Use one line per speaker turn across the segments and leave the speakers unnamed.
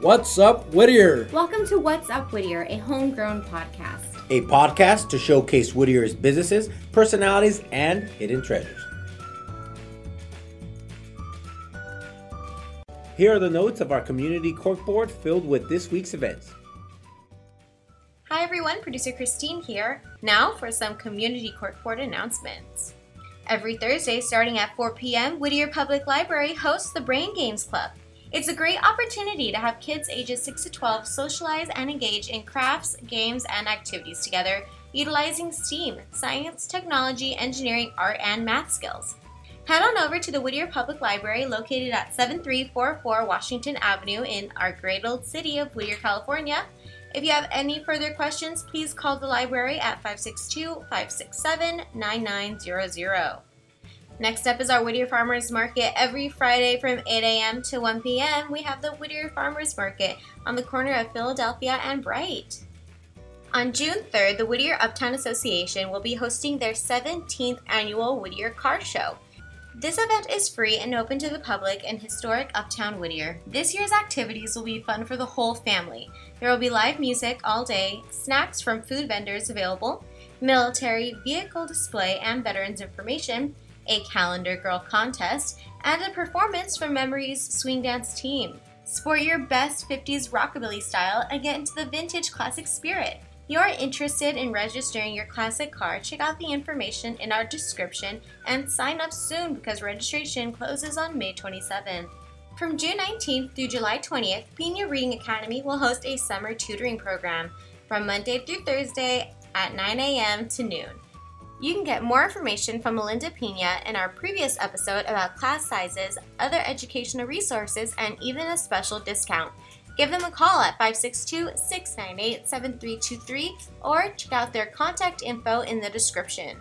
What's up, Whittier?
Welcome to What's Up Whittier, a homegrown podcast.
a podcast to showcase Whittier's businesses, personalities, and hidden treasures. Here are the notes of our community corkboard filled with this week's events.
Hi everyone, producer Christine here. Now for some community corkboard announcements. Every Thursday, starting at 4 p.m., Whittier Public Library hosts the Brain Games Club. It's a great opportunity to have kids ages 6 to 12 socialize and engage in crafts, games, and activities together, utilizing STEAM, science, technology, engineering, art, and math skills. Head on over to the Whittier Public Library located at 7344 Washington Avenue in our great old city of Whittier, California. If you have any further questions, please call the library at 562 567 9900. Next up is our Whittier Farmers Market. Every Friday from 8 a.m. to 1 p.m., we have the Whittier Farmers Market on the corner of Philadelphia and Bright. On June 3rd, the Whittier Uptown Association will be hosting their 17th annual Whittier Car Show. This event is free and open to the public in historic Uptown Whittier. This year's activities will be fun for the whole family. There will be live music all day, snacks from food vendors available, military vehicle display and veterans information, a calendar girl contest, and a performance from Memories Swing Dance Team. Sport your best 50s rockabilly style and get into the vintage classic spirit. If you are interested in registering your classic car, check out the information in our description and sign up soon because registration closes on May 27th. From June 19th through July 20th, Pina Reading Academy will host a summer tutoring program from Monday through Thursday at 9 a.m. to noon. You can get more information from Melinda Pina in our previous episode about class sizes, other educational resources, and even a special discount. Give them a call at 562 698 7323 or check out their contact info in the description.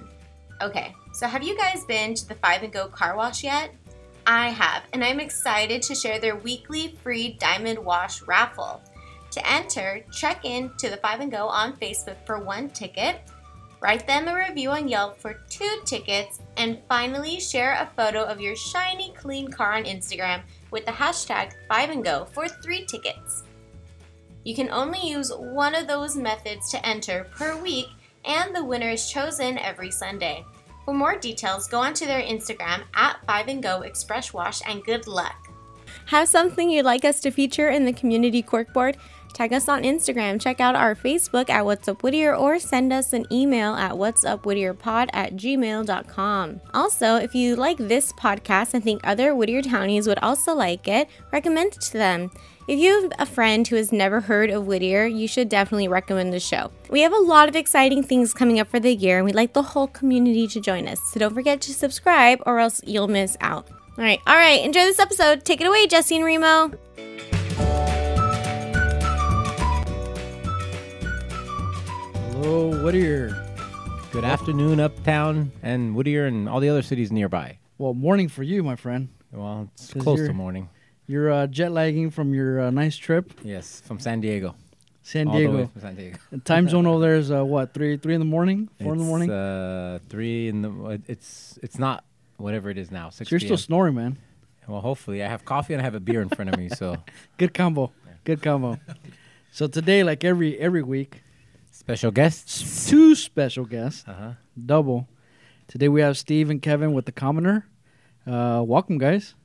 Okay, so have you guys been to the 5 and Go car wash yet? I have, and I'm excited to share their weekly free diamond wash raffle. To enter, check in to the 5 and Go on Facebook for one ticket, write them a review on Yelp for two tickets, and finally share a photo of your shiny, clean car on Instagram with the hashtag 5 and Go for three tickets. You can only use one of those methods to enter per week, and the winner is chosen every Sunday. For more details, go onto their Instagram at 5 and Go Express Wash and good luck. Have something you'd like us to feature in the community corkboard? Tag us on Instagram, check out our Facebook at What's Up Whittier, or send us an email at What's Up Whittier Pod at gmail.com. Also, if you like this podcast and think other Whittier Townies would also like it, recommend it to them. If you have a friend who has never heard of Whittier, you should definitely recommend the show. We have a lot of exciting things coming up for the year, and we'd like the whole community to join us. So don't forget to subscribe, or else you'll miss out. All right, all right, enjoy this episode. Take it away, Jesse and Remo.
Hello, Whittier.
Good afternoon, Uptown and Whittier and all the other cities nearby.
Well, morning for you, my friend.
Well, it's
'Cause
close
you're-
to morning.
You're uh, jet lagging from your uh, nice trip,
Yes, from San Diego.
San
All the way
Diego.
from San Diego.
The time zone over there is uh, what three three in the morning, four in the
It's,
morning.
Uh, three in the. It's it's not whatever it is now. Six.
so you're still
PM.
snoring, man.
well, hopefully, I have coffee and I have a beer in front of me. So
Good combo, good combo. so today, like every every week,
special guests.
two special guests,
Uh huh.
double. Today we have Steve and Kevin with the Commoner. Uh, welcome, guys.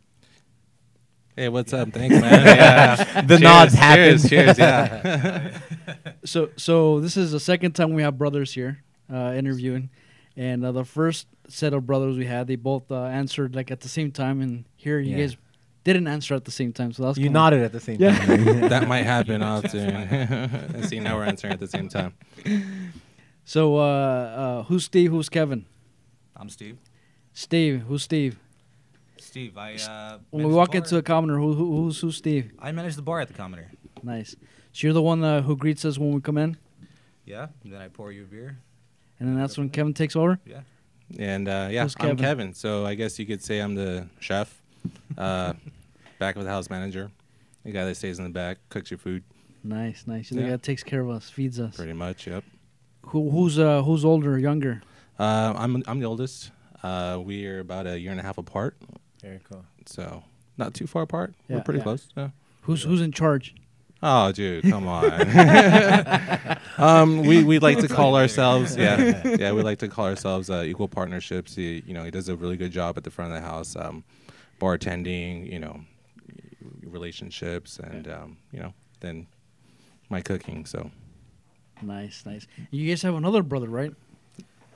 Hey, what's up? Thanks, man. Yeah.
The nods
cheers,
happen.
Cheers, yeah.
So, so this is the second time we have brothers here uh, interviewing, and uh, the first set of brothers we had, they both uh, answered like at the same time, and here you
Yeah.
guys didn't answer at the same time. So that was
You
kinda-
nodded at the same
Yeah.
time.
that might happen often. and see, now we're answering at the same time.
So, uh, uh, who's Steve? Who's Kevin?
I'm Steve.
Steve. Who's Steve?
Steve, I uh,
When
manage
we
the
walk
bar.
into a commoner, who, who who's who's Steve?
I manage the bar at the Commoner.
Nice. So you're the one uh, who greets us when we come in,
Yeah. And then I pour you a beer.
and then that's when Kevin takes over.
Yeah.
And uh, yeah,
Who's
I'm
Kevin?
Kevin. So I guess you could say I'm the chef, uh, back of the house manager, the guy that stays in the back, cooks your food,
Nice, nice. You're the
Yeah.
guy that takes care of us, feeds us.
pretty much. Yep.
Who, who's uh, who's older, or younger?
Uh, I'm I'm the oldest. Uh, we are about a year and a half apart,
Very cool.
so not too far apart.
Yeah,
we're pretty
yeah.
close. Yeah.
Who's who's in charge?
Oh, dude, come on. um, we we like to call ourselves, yeah, yeah, we like to call ourselves uh, equal partnerships. He, you know, he does a really good job at the front of the house, um, bartending, you know, relationships, and um, you know, then my cooking. So
Nice, nice. You guys have another brother, right?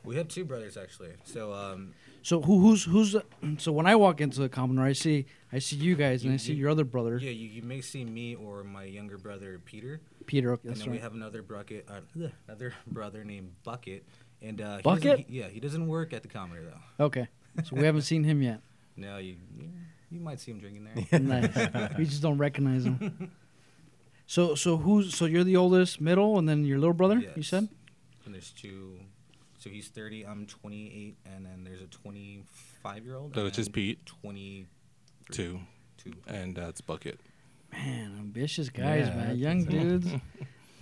We have two brothers actually. So um,
So who who's who's so when I walk into the commoner, I see I see you guys and I see your other brother,
yeah, you, you may see me or my younger brother Peter,
Peter. Okay,
and
that's
then we
right.
have another bucket, uh, another brother named Bucket. And uh, he doesn't-
Bucket?
he- yeah, he doesn't work at the commoner though.
Okay, so we haven't seen him yet.
No, you you might see him drinking there.
Nice. we just don't recognize him. So so who's so you're the oldest, middle, and then your little brother? You
Yes.
said
And there's two. So he's 30. I'm 28, and then there's a 25 year old.
So it's just
and
Pete.
22.
two,
Two.
and that's bucket.
man, ambitious guys,
Yeah,
man,
that's
young dudes,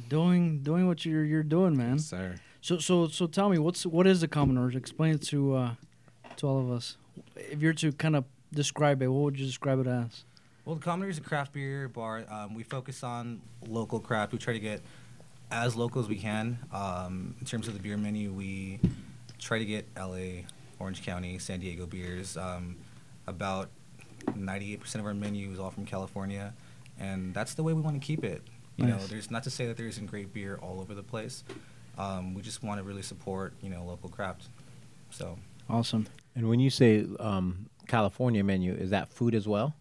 doing doing what you're you're doing, man.
Sir,
So so so tell me what's what is the commoner? Explain it to uh, to all of us. If you're to kind of describe it, what would you describe it as?
Well, the Commoner is a craft beer bar. Um, we focus on local craft. We try to get as local as we can. Um, in terms of the beer menu, we try to get LA, Orange County, San Diego beers. Um, about 98% of our menu is all from California, and that's the way we want to keep it. You know,
Nice.
there's not to say that there isn't great beer all over the place. Um, we just want to really support, you know, local craft. So
Awesome.
And when you say um, California menu, is that food as well,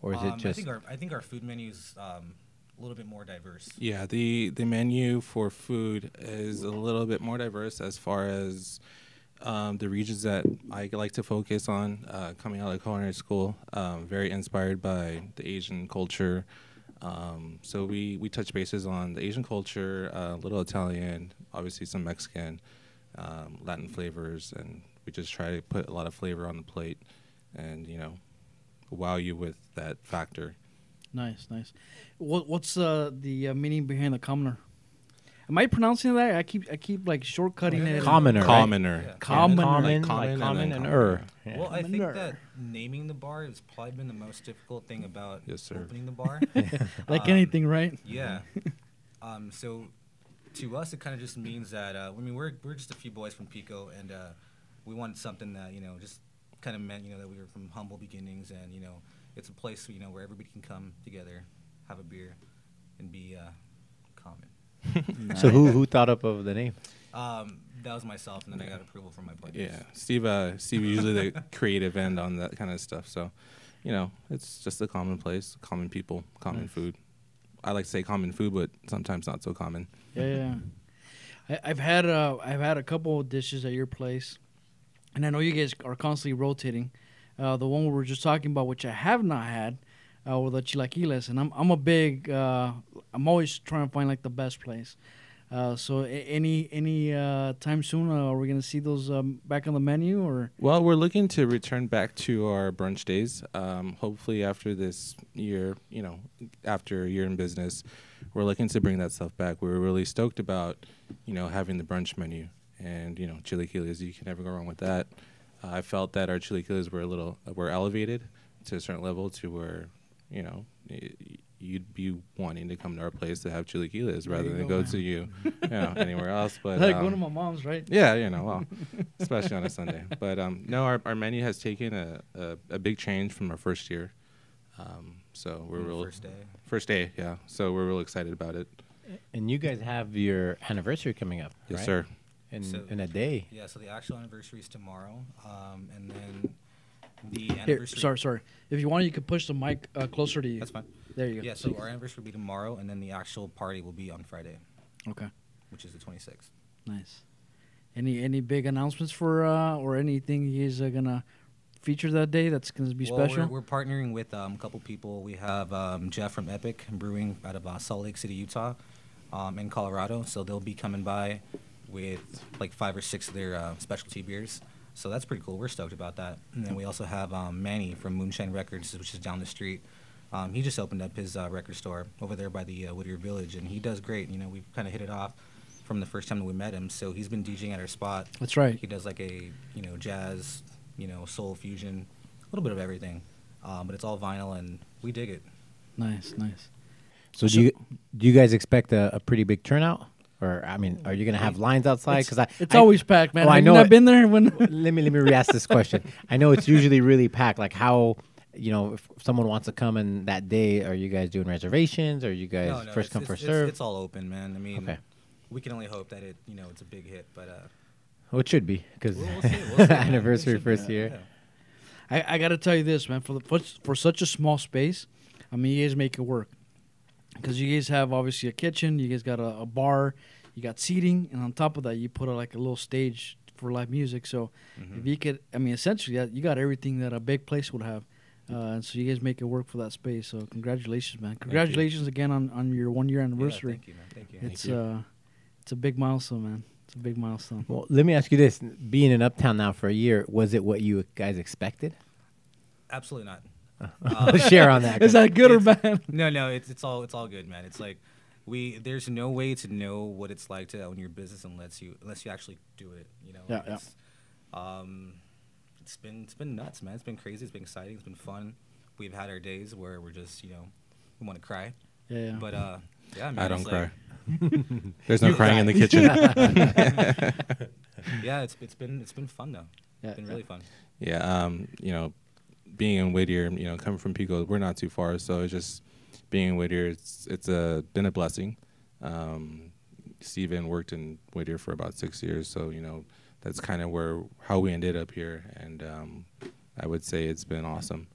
or is
um,
it just
I think our, I think our food menu is um, a little bit more diverse.
Yeah, the the menu for food is a little bit more diverse as far as um, the regions that I like to focus on. Uh, coming out of culinary school, um, very inspired by the Asian culture. Um, so we we touch bases on the Asian culture, uh, little Italian, obviously some Mexican, um, Latin flavors, and we just try to put a lot of flavor on the plate, and you know, wow you with that factor.
Nice, nice. What what's uh, the uh, meaning behind the commoner? Am I pronouncing that? I keep I keep like shortcutting it.
commoner? right?
Commoner.
Yeah.
common, common,
Like common
like
and
common,
then
and
commoner.
er. Yeah.
Well, I think
Manure.
that naming the bar has probably been the most difficult thing about
Yes, sir.
opening the bar.
like anything, right?
yeah. Um, so to us, it kind of just means that uh, I mean we're we're just a few boys from Pico, and uh, we wanted something that you know just kind of meant you know that we were from humble beginnings, and you know it's a place you know where everybody can come together, have a beer, and be uh, common.
So who who thought up of the name?
Um, that was myself, and then I got approval from my partners.
Yeah, Steve. Uh, Steve usually the creative end on that kind of stuff. So, you know, it's just the common place, common people, common food. I like to say common food, but sometimes not so common.
Yeah, yeah. I, I've had uh, I've had a couple of dishes at your place, and I know you guys are constantly rotating. Uh, the one we were just talking about, which I have not had, uh, were the chilaquiles, and I'm I'm a big uh, I'm always trying to find like the best place. Uh, so a- any any uh, time soon, uh, are we gonna see those um, back on the menu or?
Well, we're looking to return back to our brunch days. Um, hopefully, after this year, you know, after a year in business, we're looking to bring that stuff back. We were really stoked about, you know, having the brunch menu and you know chilaquiles. You can never go wrong with that. Uh, I felt that our chilaquiles were a little were elevated to a certain level to where, you know. y- You'd be wanting to come to our place to have chilaquiles rather
you go,
than go,
man.
to you, you know, anywhere else. But
like
um,
one of my mom's, right?
yeah, you know, well, especially on a Sunday. But um, no, our, our menu has taken a, a, a big change from our first year. Um, so we're
From the
real
first day.
First day, yeah. So we're real excited about it.
And you guys have your anniversary coming up.
Yes,
right?
sir.
In
So-
in a day.
Yeah, so the actual anniversary is tomorrow, um, and then the anniversary.
Here, sorry, sorry. If you want, you can push the mic uh, closer to you.
That's fine.
There you go.
Yeah, so our anniversary will be tomorrow, and then the actual party will be on Friday,
okay.
which is the 26th.
Nice. Any any big announcements for uh or anything you guys are gonna feature that day that's gonna be
Well,
special?
We're, we're partnering with um, a couple people. We have um, Jeff from Epic Brewing out of uh, Salt Lake City, Utah, um, in Colorado. So they'll be coming by with like five or six of their uh, specialty beers. So that's pretty cool. We're stoked about that. And then we also have um, Manny from Moonshine Records, which is down the street. Um, he just opened up his uh, record store over there by the uh, Whittier Village, and he does great. You know, we've kind of hit it off from the first time that we met him. So he's been DJing at our spot.
That's right.
He does like a you know jazz, you know soul fusion, a little bit of everything, um, but it's all vinyl and we dig it.
Nice, nice.
So do you do you guys expect a, a pretty big turnout, or I mean, are you going to have lines outside? Because I
It's
I-
always packed, man.
Oh, I
Have you
know.
not
it-
been there when
let me let me re-ask this question. I know it's usually really packed. Like how you know if someone wants to come in that day, are you guys doing reservations? Are you guys
No, no,
first
it's-
come
it's-
first
it's-
serve?
It's all open, man. I mean,
Okay.
we can only hope that it, you know, it's a big hit. But uh,
well, it should be because
We'll- we'll see, we'll see.
anniversary
It should be,
first
yeah,
year.
yeah.
I, I got to tell you this, man. For the for, for such a small space, I mean, you guys make it work because you guys have obviously a kitchen. You guys got a, a bar, you got seating, and on top of that, you put a, like a little stage for live music. So
Mm-hmm.
if you could, I mean, essentially, that you got everything that a big place would have.
Mm-hmm.
Uh, and so you guys make it work for that space. So congratulations, man! Congratulations again on, on your one year
yeah,
anniversary.
thank you, man. Thank you.
it's uh, it's a big milestone, man. It's a big milestone.
Well, let me ask you this: Being in Uptown now for a year, was it what you guys expected?
Absolutely not. Uh,
Share on that.
Is
'cause-
that good or
It's-
bad?
No, no, it's it's all it's all good, man. It's like we there's no way to know what it's like to own your business unless you unless you actually do it. You know.
Yeah,
Like,
yeah.
It's, um, it's been it's been nuts, man. It's been crazy. It's been exciting. It's been fun. We've had our days where we're just you know we want to cry,
Yeah, yeah.
but uh, yeah, man,
I
it's
don't
like-
cry. There's no crying in the kitchen.
yeah, it's it's been it's been fun though.
Yeah,
it's been
yeah.
really fun.
yeah, um, you know, being in Whittier, you know, coming from Pico, we're not too far, so it's just being in Whittier. It's it's a been a blessing. Um, Steven worked in Whittier for about six years, so you know that's kind of where how we ended up here, and um, I would say it's been awesome.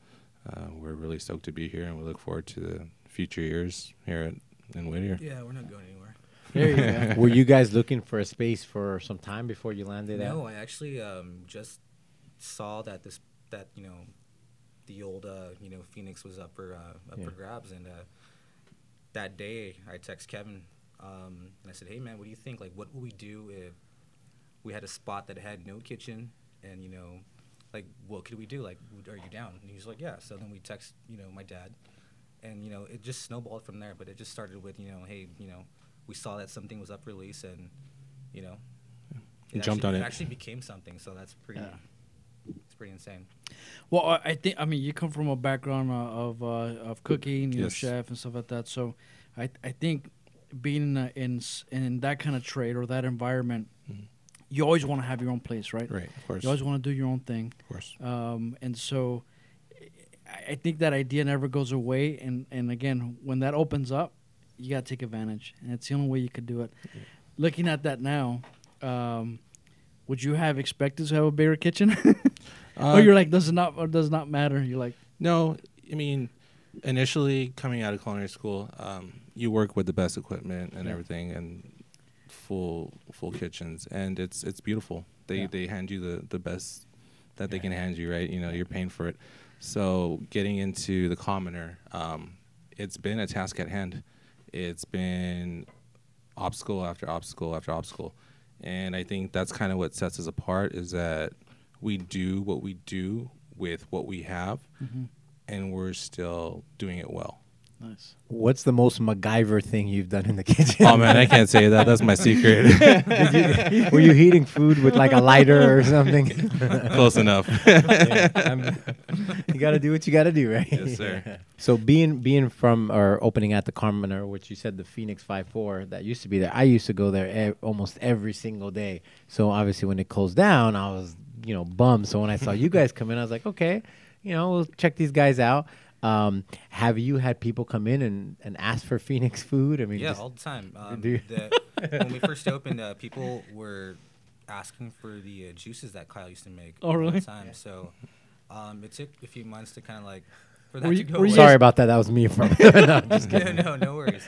Uh, we're really stoked to be here, and we look forward to the future years here at, in Whittier.
Yeah, we're not going anywhere.
There you go.
Were you guys looking for a space for some time before you landed? at-
No, I actually um, just saw that this that you know the old uh, you know Phoenix was up for uh, up
Yeah.
for grabs, and uh, that day I text Kevin um, and I said, "Hey man, what do you think? Like, what would we do if we had a spot that had no kitchen and you know?" Like what could we do? Like, would- are you down? And he's like, yeah. So then we text, you know, my dad, and you know, it just snowballed from there. But it just started with, you know, hey, you know, we saw that something was up for release, and you know,
Jumped
actually,
on it.
It actually became something, so that's pretty. It's pretty insane.
Well, I- I think I mean you come from a background uh, of uh, of cooking, you know,
Yes.
chef and stuff like that. So, I I think being in a, in, s- in that kind of trade or that environment, you always want to have your own place, right?
Mm. Right, of course,
You always want to do your own thing,
of course.
um, and so I- I think that idea never goes away. And and again, when that opens up, you gotta take advantage, and it's the only way you could do it. Looking at that now, um, would you have expected to have a bigger kitchen?
Uh,
or you're like does it not or does not matter. You're like
No, I mean, initially coming out of culinary school, um, you work with the best equipment and
Yeah.
everything, and full full kitchens, and it's it's beautiful. They
Yeah.
they hand you the the best that they can hand you, right? You know, you're paying for it. So getting into the commoner, um, it's been a task at hand. It's been obstacle after obstacle after obstacle. And I think that's kind of what sets us apart is that we do what we do with what we have, and we're still doing it well.
nice.
What's the most MacGyver thing you've done in the kitchen?
oh man, I can't say that. That's my secret.
Were you heating food with like a lighter or something?
Close enough.
you got to do what you got to do, right?
yes, sir.
So being being from or opening at the Carmener, which you said the Phoenix Five Four that used to be there, I used to go there e- almost every single day. So obviously when it closed down, I was you know bummed. So when I saw you guys come in, I was like, okay, you know we'll check these guys out. Um, have you had people come in and, and ask for Phoenix food? I mean,
Yeah,
just-
all the time. Um,
do you-
the, when we first opened, uh, people were asking for the uh, juices that Kyle used to make.
Oh,
all
really?
The time. So um, it took a few months to kind of like for that
Were you-
to go
were
away.
you
sorry about that. That was me from. No, I'm just
no, no, no worries.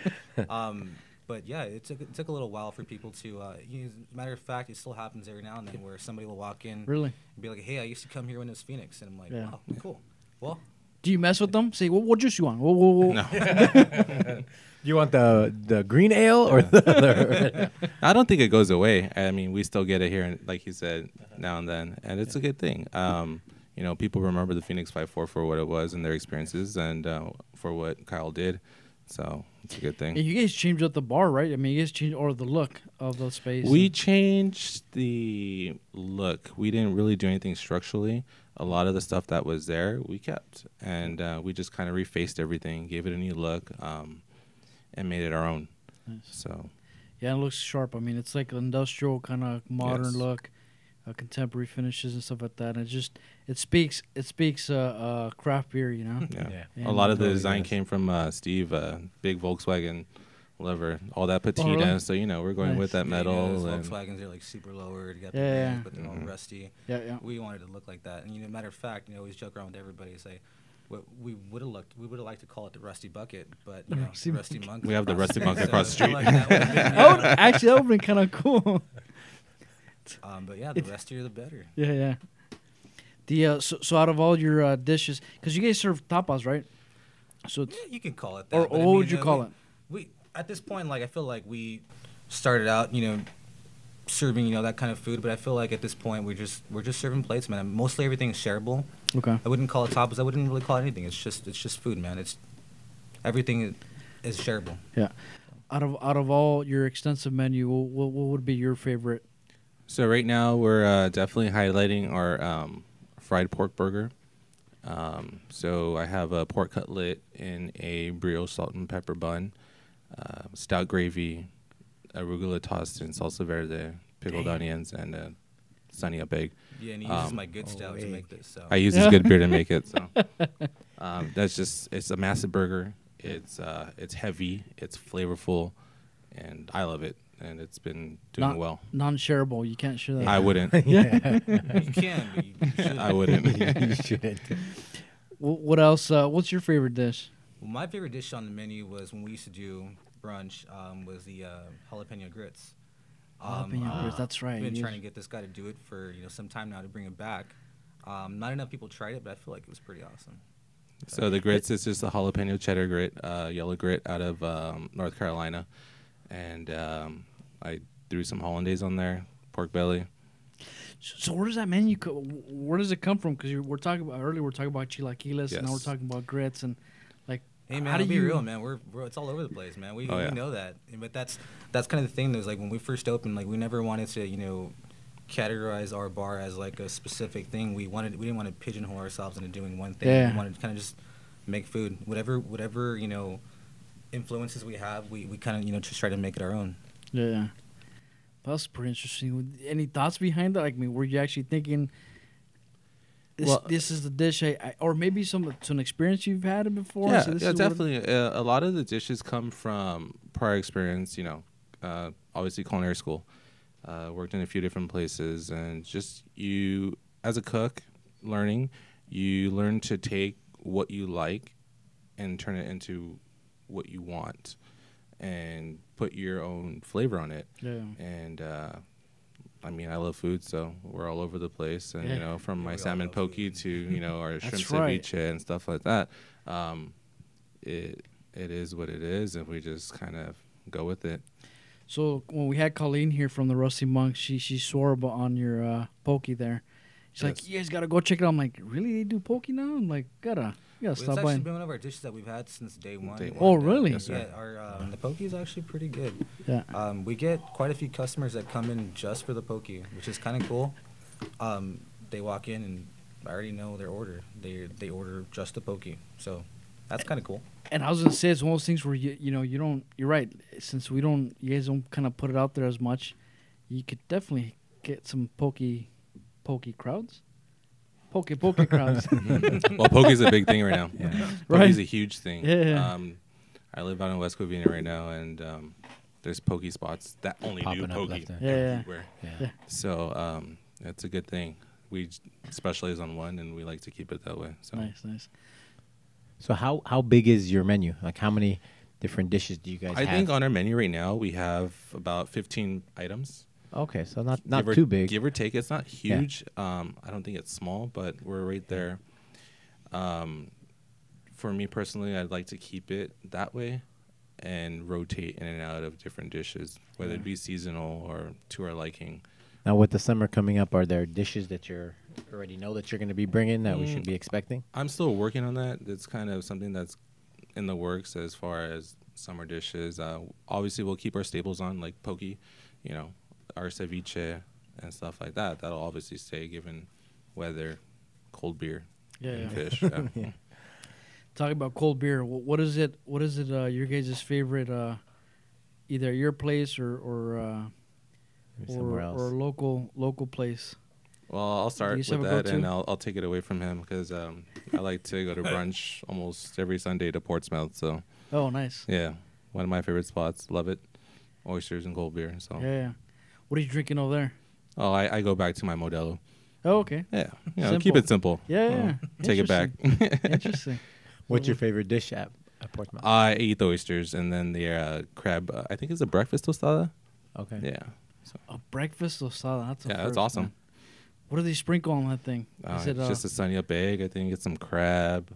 Um, but yeah, it took it took a little while for people to. Uh, you, matter of fact, it still happens every now and then where somebody will walk in,
Really?
and be like, "Hey, I used to come here when it was Phoenix," and I'm like,
Yeah.
"Wow, cool." Well,
Do you mess with them? Say what what juice you want? Whoa, whoa, whoa.
No.
you want the the green ale or the other?
I don't think it goes away. I mean, we still get it here, and like you said, now and then, and it's a good thing. Um, you know, people remember the Phoenix Five Four for what it was and their experiences, and uh, for what Kyle did. So it's a good
Yeah,
thing.
you guys changed up the bar, right? I mean, you guys changed or the look of the space.
We changed the look. We didn't really do anything structurally. A lot of the stuff that was there, we kept, and uh, we just kind of refaced everything, gave it a new look. Um, and made it our own. So
Yeah, it looks sharp. I mean, it's like industrial kind of modern
Yes.
look, uh, contemporary finishes and stuff like that. And it just it speaks it speaks uh, uh, craft beer, you know.
yeah,
Yeah.
Yeah,
a lot of the
totally
design
does.
came from uh, Steve, uh, big Volkswagen lover, all that patina.
really?
So you know we're going with
Nice.
that metal.
Yeah,
and
those Volkswagens are like super lowered. You got
Yeah,
the
yeah.
rims, but they're all rusty.
Yeah, yeah.
We wanted to look like that, and you know, matter of fact, you know, I always joke around with everybody and say, "What we would have looked, we would have liked to call it the rusty bucket, but you know, the
Rusty
rusty, monk.
We have the rusty monk across the
so I feel like that would've been,
That would- Oh, actually, that would be kind of cool.
um, but yeah, the rustier the better.
Yeah, yeah. The uh, so, so out of all your uh, dishes, because you guys serve tapas, right? So it's,
Yeah, you can call it that.
Or-
but I
or what would
mean,
you
uh,
call
we-
it?
We at this point, like I feel like we started out, you know, serving you know that kind of food, but I feel like at this point we're just we're just serving plates, man. Mostly everything's shareable.
okay.
I wouldn't call it tapas. I wouldn't really call it anything. It's just it's just food, man. It's everything is shareable.
Yeah. Out of out of all your extensive menu, wh- what what would be your favorite?
So right now we're uh, definitely highlighting our um, fried pork burger. Um, so I have a pork cutlet in a brioche salt and pepper bun, uh, stout gravy, arugula tossed in salsa verde, pickled onions, and a sunny up egg.
Yeah, and he uses
Um,
my good stout to
wait.
make this. So
I use this good beer to make it. So um, that's just it's a massive burger. It's uh, it's heavy, it's flavorful, and I love it. And it's been doing
Non-
well.
Non-shareable. You can't share that.
I wouldn't.
you can, but you, you shouldn't.
I wouldn't.
you should.
Wh- what else? Uh, what's your favorite dish?
Well, my favorite dish on the menu was when we used to do brunch um, was the uh, jalapeno grits.
Jalapeno grits, that's right,
Um, uh, I've been
you-
trying to get this guy to do it for you know some time now to bring it back. Um, not enough people tried it, but I feel like it was pretty awesome.
So the grits is just a jalapeno cheddar grit, uh, yellow grit out of um, North Carolina, and um, I threw some hollandaise on there, pork belly.
So, so where does that menu? Co- wh- where does it come from? Because we're talking about earlier. We're talking about chilaquiles, and now we're
Yes.
talking about grits, and like
Hey man,
how do
I'll be
you
real, man. We're, we're it's all over the place, man. We,
Oh,
we
yeah.
know that, And- but that's that's kind of the thing. That was like when we first opened, like we never wanted to, you know, categorize our bar as like a specific thing. We wanted we didn't want to pigeonhole ourselves into doing one thing.
Yeah.
We wanted to kind of just make food, whatever whatever you know influences we have. We we kind of you know just try to make it our own.
Yeah, yeah. That's pretty interesting. Any thoughts behind that? Like, I mean, were you actually thinking this,
Well-
this is the dish? I, I or maybe some it's an experience you've had before.
Yeah,
so this
yeah,
is what it-
definitely. Uh, a lot of the dishes come from prior experience. You know, uh, obviously culinary school. Uh, worked in a few different places, and just you as a cook, learning, you learn to take what you like and turn it into what you want, and put your own flavor on it.
Yeah.
And uh, I mean, I love food, so we're all over the place, and
Yeah.
you know, from
Yeah, we
my
all
salmon
love food.
pokey to you know our shrimp
That's right.
ceviche and stuff like that. Um, it it is what it is, and we just kind of go with it.
So when we had Colleen here from the Rusty Monk, she she swore about on your uh, pokey there. She's like,
Yes.
you guys gotta go check it out. I'm like, really? They do pokey now? I'm like, gotta, you gotta
Well,
stop
it's actually
by.
been one of our dishes that we've had since day one.
Day one.
Oh, really?
Yes, sir.
yeah, our um, the pokey is actually pretty good.
Yeah.
Um, we get quite a few customers that come in just for the pokey, which is kind of cool. Um, they walk in and I already know their order. They they order just the pokey, so that's kind of cool.
And I was gonna say it's one of those things where you you know you don't you're right since we don't you guys don't kind of put it out there as much, you could definitely get some pokey, pokey crowds, pokey pokey crowds.
well, pokey's a big thing right now.
Right.
Pokey's a huge thing.
Yeah, yeah.
Um, I live out in West Covina right now, and um, there's pokey spots that only do
Popping up
pokey
left and-
Yeah, yeah.
everywhere.
Yeah.
So um, that's a good thing. We j- specialize on one, and we like to keep it that way. So
nice, nice.
So how how big is your menu? Like how many different dishes do you guys
I
have?
think on our menu right now we have about 15 items.
okay, so not not
give or,
too big.
Give or take, it's not huge. Um, I don't think it's small, but we're right there. Um, for me personally, I'd like to keep it that way and rotate in and out of different dishes, whether it be seasonal or to our liking.
now with the summer coming up, are there dishes that you're already know that you're going to be bringing that we should
Hmm.
be expecting?
I'm still working on that. It's kind of something that's in the works as far as summer dishes. Uh, obviously, we'll keep our staples on like poke, you know, our ceviche and stuff like that. That'll obviously stay given weather, cold beer,
Yeah,
and
yeah.
fish. yeah.
talking about cold beer. What, what is it? What is it? Uh, your guys' favorite, uh, either your place or or uh,
Maybe
or,
somewhere
or
else.
local local place.
Well, I'll start
used
with
to have a
that,
go-to?
and I'll, I'll take it away from him because um, I like to go to brunch almost every Sunday to Portsmouth. So
Oh, nice.
yeah, one of my favorite spots. Love it. Oysters and cold beer. So
Yeah. yeah. What are you drinking over there?
oh, I, I go back to my Modelo.
Oh, okay.
Yeah, you know, keep
Simple.
it simple.
Yeah,
You
yeah,
know,
yeah.
Take it back.
Interesting.
What's your favorite dish at, at Portsmouth?
I ate the oysters and then the uh, crab. Uh, I think it's a breakfast tostada.
okay.
Yeah, so,
A breakfast tostada. That's a
yeah,
first,
that's awesome.
man. What do they sprinkle on that thing?
Uh,
Is it
it's
uh,
just a sunny up egg. I think it's some crab.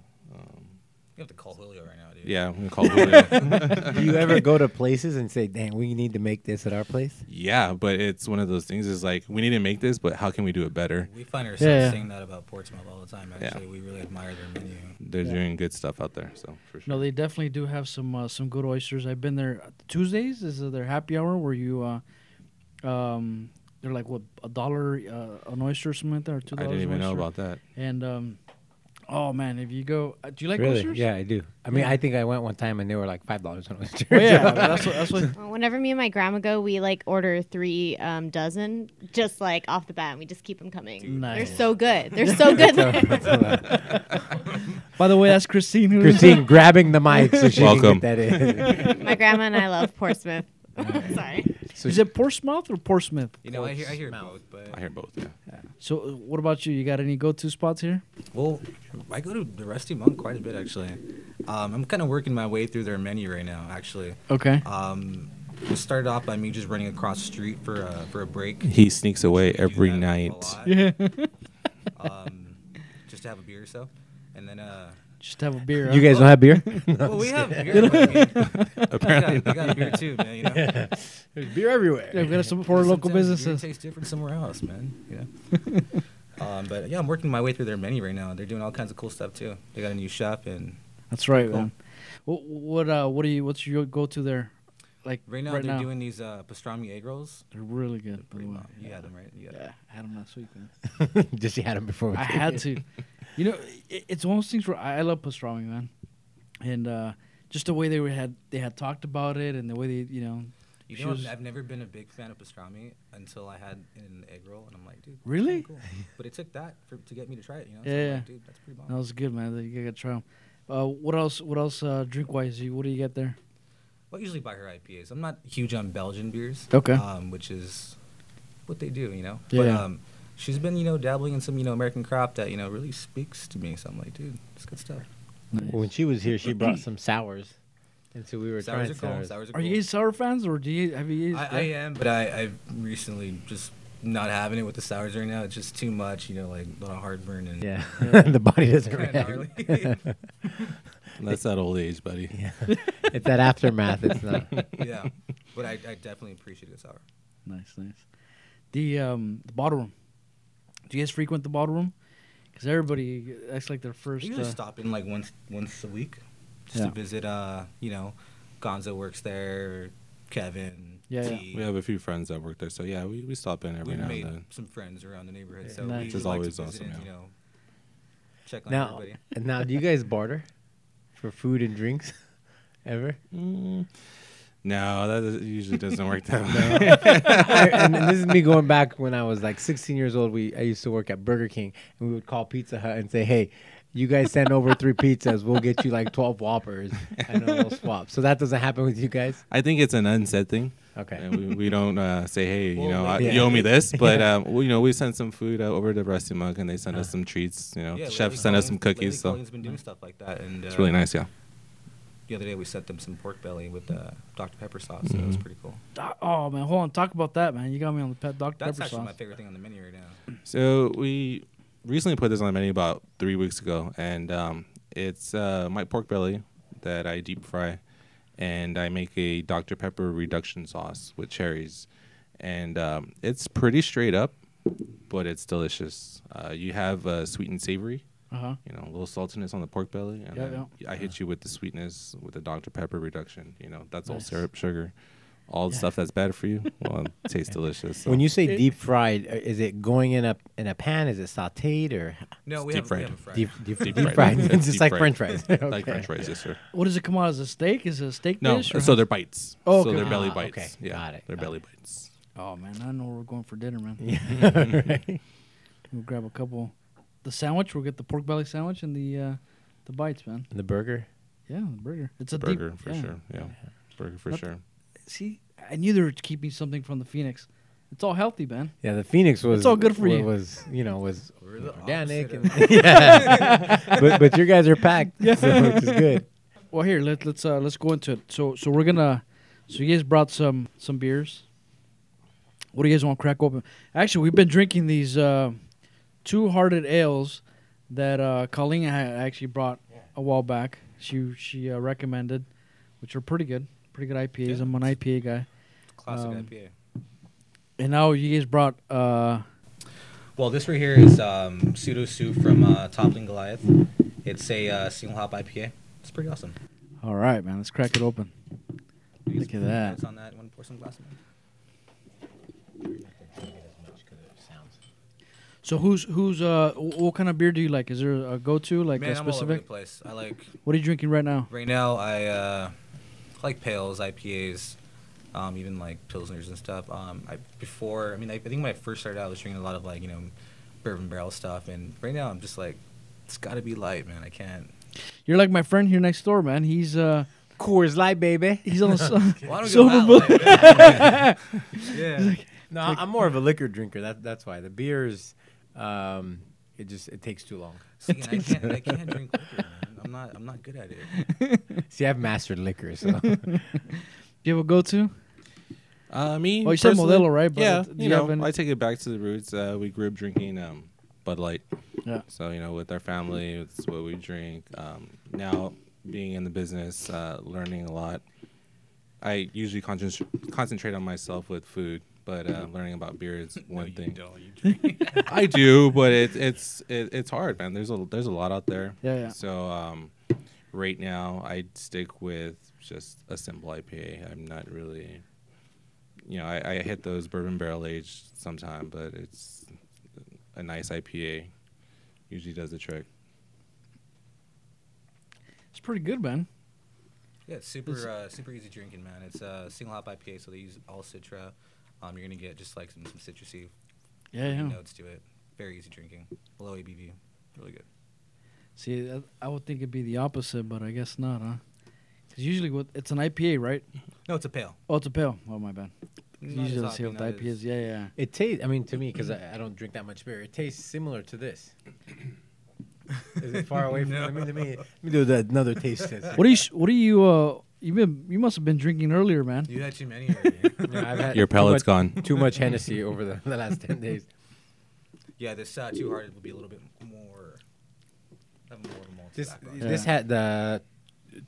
You have to call Julio right now, dude.
Yeah, I'm gonna call it.
Do you ever go to places and say, "Dang, we need to make this at our place"?
yeah, but it's one of those things. Is like we need to make this, but how can we do it better?
We find ourselves
Yeah, yeah.
saying that about Portsmouth all the time.
Yeah.
Actually, we really admire their menu.
They're doing good stuff out there. So for sure.
No, they definitely do have some uh, some good oysters. I've been there Tuesdays is uh, their happy hour where you, uh, um, they're like what a dollar uh, an oyster or something like that, or two
I
dollars.
didn't
an
even know
oyster.
about that.
And um, oh man, if you go, uh, do you like oysters?
Yeah, I do. I mean, I think I went one time and they were like five dollars an oyster.
Oh, yeah, that's what, that's what.
Well, Whenever me and my grandma go, we like order three um, dozen, just like off the bat. And we just keep them coming.
Nice.
They're so good. They're so good. there.
By the way, that's Christine. Who
Christine grabbing the mic so she
Welcome.
can get that in.
my grandma and I love Portsmouth. Sorry.
Is it Portsmouth or Portsmouth?
You know, I hear I hear both, but
I hear both. Yeah.
So, uh, what about you? You got any go-to spots here?
well, I go to the Rusty Monk quite a bit actually. Um, I'm kind of working my way through their menu right now. Actually,
Okay.
um, it started off by me just running across the street for a, for a break.
He sneaks away
do
every
that a
night.
lot,
yeah.
um, just to have a beer or so, and then uh,
Just have a beer.
You
huh?
guys don't have beer?
well, we have beer. but I mean,
Apparently
we got, we got beer too, man. You know?
There's beer everywhere.
Yeah, we got some for local
Sometimes beer
businesses.
tastes different somewhere else, man. You know. um, but yeah, I'm working my way through their menu right now. They're doing all kinds of cool stuff too. They got a new shop, and
That's right,
Cool.
man. What what uh what do you what's your go-to there? Like
right now they're doing these uh, pastrami egg rolls.
They're really good. by the
Pretty
way.
well. You had them right. You had
Yeah, I had them last week, man.
Just you had them before.
I had to. You know, i it's one of those things where I I love pastrami, man, and uh, just the way they were had they had talked about it and the way they you know.
You
She
know,
was-
I've never been a big fan of pastrami until I had an egg roll, and I'm like, dude, that's
Really?
kinda Cool. But it took that for, to get me to try it. You know, so I'm
Yeah, yeah.
like, dude, that's pretty bomb.
That was good, man. You gotta try them. Uh, what else? What else? Uh, drink wise, you what do you get there?
Well, I usually buy her IPAs. I'm not huge on Belgian beers.
Okay.
Um, which is what they do, you know. But
Yeah.
um, she's been, you know, dabbling in some, you know, American crop that, you know, really speaks to me. So I'm like, dude, it's good stuff.
When she was here, she brought some sours, and so we were
Sours
trying
are cool.
sours.
Sours are
Are you
cool.
guys sour fans or do you have you? Guys,
I, I am, but I, I've recently just not having it with the sours right now. It's just too much, you know, like a lot of heartburn and
Yeah, the body doesn't
Kinda
react.
gnarly. yeah.
That's that old age, buddy.
It's that aftermath. It's not.
But I, I definitely appreciate a sour.
Nice, nice. The um the bottle room. Do you guys frequent the bottle room? Because everybody that's like their
I
first.
usually
uh,
stop in like once once a week, just
Yeah.
to visit. Uh, you know, Gonzo works there. Kevin.
Yeah, yeah.
T.
We have a few friends that work there, so yeah, we, we stop in every
We've
now
made
and then.
some friends around the neighborhood, so
Nice.
we
Which
is
like
always
to visit
awesome,
and,
yeah.
You know, check on
Now,
everybody.
now, do you guys barter for food and drinks ever?
No, that is- usually doesn't work that way.
I, and this is me going back when I was like 16 years old. We I used to work at Burger King, and we would call Pizza Hut and say, "Hey, you guys send over three pizzas, we'll get you like 12 Whoppers, and then we'll swap." So that doesn't happen with you guys.
I think it's an unsaid thing.
Okay.
And we, we don't uh, say, hey, you
Well,
know,
we-
I,
Yeah.
you owe me this, but um, we, you know, we send some food uh, over to Rusty Mug, and they send us some treats. You know, the chef sent us some cookies, so
has been doing stuff like that, and uh,
it's really nice. Yeah,
The other day we sent them some pork belly with uh, Dr Pepper sauce, so it
Mm-hmm.
was pretty cool.
Do- Oh man, hold on. Talk about that, man. You got me on the pet Dr
That's
Pepper
actually
sauce.
my favorite thing on the menu right now.
so we recently put this on the menu about three weeks ago, and um, it's uh, my pork belly that I deep fry, and I make a Dr Pepper reduction sauce with cherries, and um, it's pretty straight up, but it's delicious. Uh, you have uh, sweet and savory.
Uh huh.
you know, a little saltiness on the pork belly, and
Yeah,
then I hit you with the sweetness with the Dr Pepper reduction. You know, that's all
Nice.
syrup, sugar, all the stuff that's bad for you well it tastes delicious. So.
When you say deep fried, uh, is it going in a in a pan? Is it sautéed or
No, we
Deep
have, we
fried.
have a fried.
deep deep, deep,
fried.
fried? It's
It's
just
deep
like
fried.
French fries.
like
Okay.
French fries, yes sir.
What does it come out as a steak? Is it a steak
No,
dish? or
so
how-
they're bites.
Oh,
so
okay.
they're belly
Ah,
bites.
okay.
Yeah,
Got it,
They're
got
belly bites.
Oh man, I know where we're going for dinner, man.
Right.
We'll grab a couple. The sandwich, we'll get the pork belly sandwich and the uh, the bites, man.
the burger.
Yeah, the burger. It's a deep-
Burger for
yeah.
sure. Yeah, burger for
Not-
sure.
See, I knew they were keeping something from the Phoenix. It's all healthy, man.
Yeah, the Phoenix was
all good for
wa-
you.
Was you know was
We're
Oh,
the
organic and
opposite
yeah. but but your guys are packed, so which is good.
Well, here let let's uh, let's go into it. So so we're gonna. So you guys brought some some beers. What do you guys want to crack open? Actually, we've been drinking these uh, two hearted ales that uh, Colleen had actually brought a while back. She she uh, recommended, which are pretty good, pretty good IPAs.
Yeah.
I'm an IPA guy,
Classic
Um,
IPA.
and now you guys brought. Uh,
Well, this right here is um, pseudo Sue from uh, Toppling Goliath. It's a uh, single hop IPA. It's pretty awesome.
all right, man, let's crack it open. Look at that.
It's on that. Want to pour some glass? in?
So who's who's uh wh- what kind of beer do you like? Is there a go to like
Man,
a
I'm all over the
specific?
place. I like
What are you drinking right now?
right now. I uh, like pales, IPAs, um, even like pilsners and stuff. Um, I before, I mean, I, I think when I first started out, I was drinking a lot of like you know bourbon barrel stuff, and right now I'm just like, it's got to be light, man. I can't.
You're like my friend here next door, man. He's uh
Coors Light, baby.
he's on a
Well, I
sil-
don't
silver
go that
bullet.
light, man. yeah.
No, I'm more of a liquor drinker. That that's why the beers, um, it just it takes too long.
See, I can't. I can't drink liquor, man. I'm not. I'm not good at it.
See, I've mastered liquor, so
Do you have a go to?
Uh, me.
Well, Oh, you said
personally-
Modelo, right? But
yeah,
do
you,
you
know,
have any-
I take it back to the roots. Uh, we grew up drinking um, Bud Light.
Yeah.
So you know, with our family, it's what we drink. Um, now being in the business, uh, learning a lot. I usually concentr- concentrate on myself with food, but uh, learning about beer is one thing. I do, but it, it's it, it's hard, man. There's a there's a lot out there.
Yeah, yeah.
So um, right now I stick with just a simple IPA. I'm not really, you know, I, I hit those bourbon barrel aged sometime, but it's a nice IPA. Usually does the trick.
It's pretty good, man.
Yeah, it's super uh, super easy drinking, man. It's a single hop IPA, so they use all citra. Um, you're gonna get just like some, some citrusy
Yeah, yeah.
notes to it. Very easy drinking, low ABV, really good.
See, that- I would think it'd be the opposite, but I guess not, huh? Because usually what it's an IPA, right?
No, it's a pale.
Oh, it's a pale. Oh my bad.
Not as
usually they
hoppy,
say with
not
IPAs,
as-
yeah, yeah.
it tastes. I mean, to me, because I, I don't drink that much beer, it tastes similar to this. Is it far away from? I mean, let me let me do the, another taste test.
What do you sh- what do you uh you been you must have been drinking earlier, man.
You had too many. Already.
No, I've
Uh,
had
Your
too much-
palate's gone.
Too much Hennessy over the, the last ten days.
yeah, this uh, too hard will be a little bit more. Have more of a malt
This
background.
this had the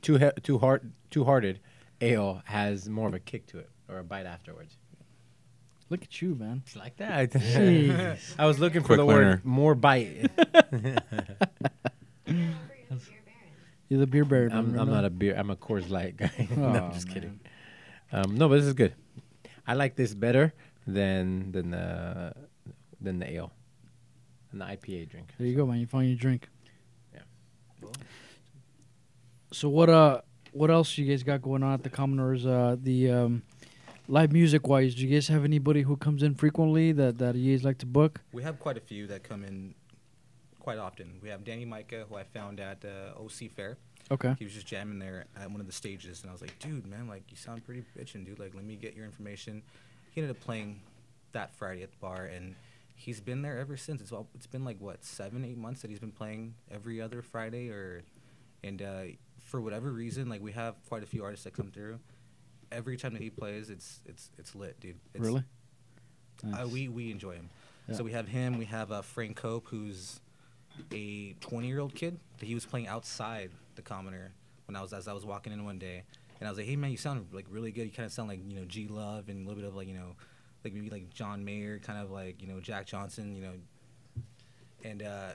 two he, two hard two hearted ale has more of a kick to it or a bite afterwards.
Look at you, man.
It's like that.
Jeez.
I was looking for
Quick
the
learner.
word more bite.
You're the beer bear.
I'm, I'm not a beer. I'm a Coors Light guy. no,
Aw,
I'm just kidding. Um, no, but this is good. I like this better than than the than the ale, and the IPA drink.
There you go, man. You find your drink.
Yeah.
So what uh what else you guys got going on at the Commoners? Uh, the um, live music wise, do you guys have anybody who comes in frequently that that you guys like to book?
We have quite a few that come in quite often. We have Danny Micah, who I found at uh, OC Fair.
Okay.
He was just jamming there at one of the stages, and I was like, dude, man, like you sound pretty bitchin', dude. Like, let me get your information. He ended up playing that Friday at the bar, and he's been there ever since. It's all, it's been like what seven, eight months that he's been playing every other Friday, or and uh, for whatever reason, like we have quite a few artists that come through. Every time that he plays, it's it's it's lit, dude. It's,
Really?
uh,
Nice.
we we enjoy him.
Yeah.
So we have him. We have uh, Frank Cope, who's a 20 year old kid. that He was playing outside the commoner when I was as I was walking in one day, and I was like, "Hey man, you sound like really good. You kind of sound like you know G Love and a little bit of like you know, like maybe like John Mayer, kind of like you know Jack Johnson, you know." And uh,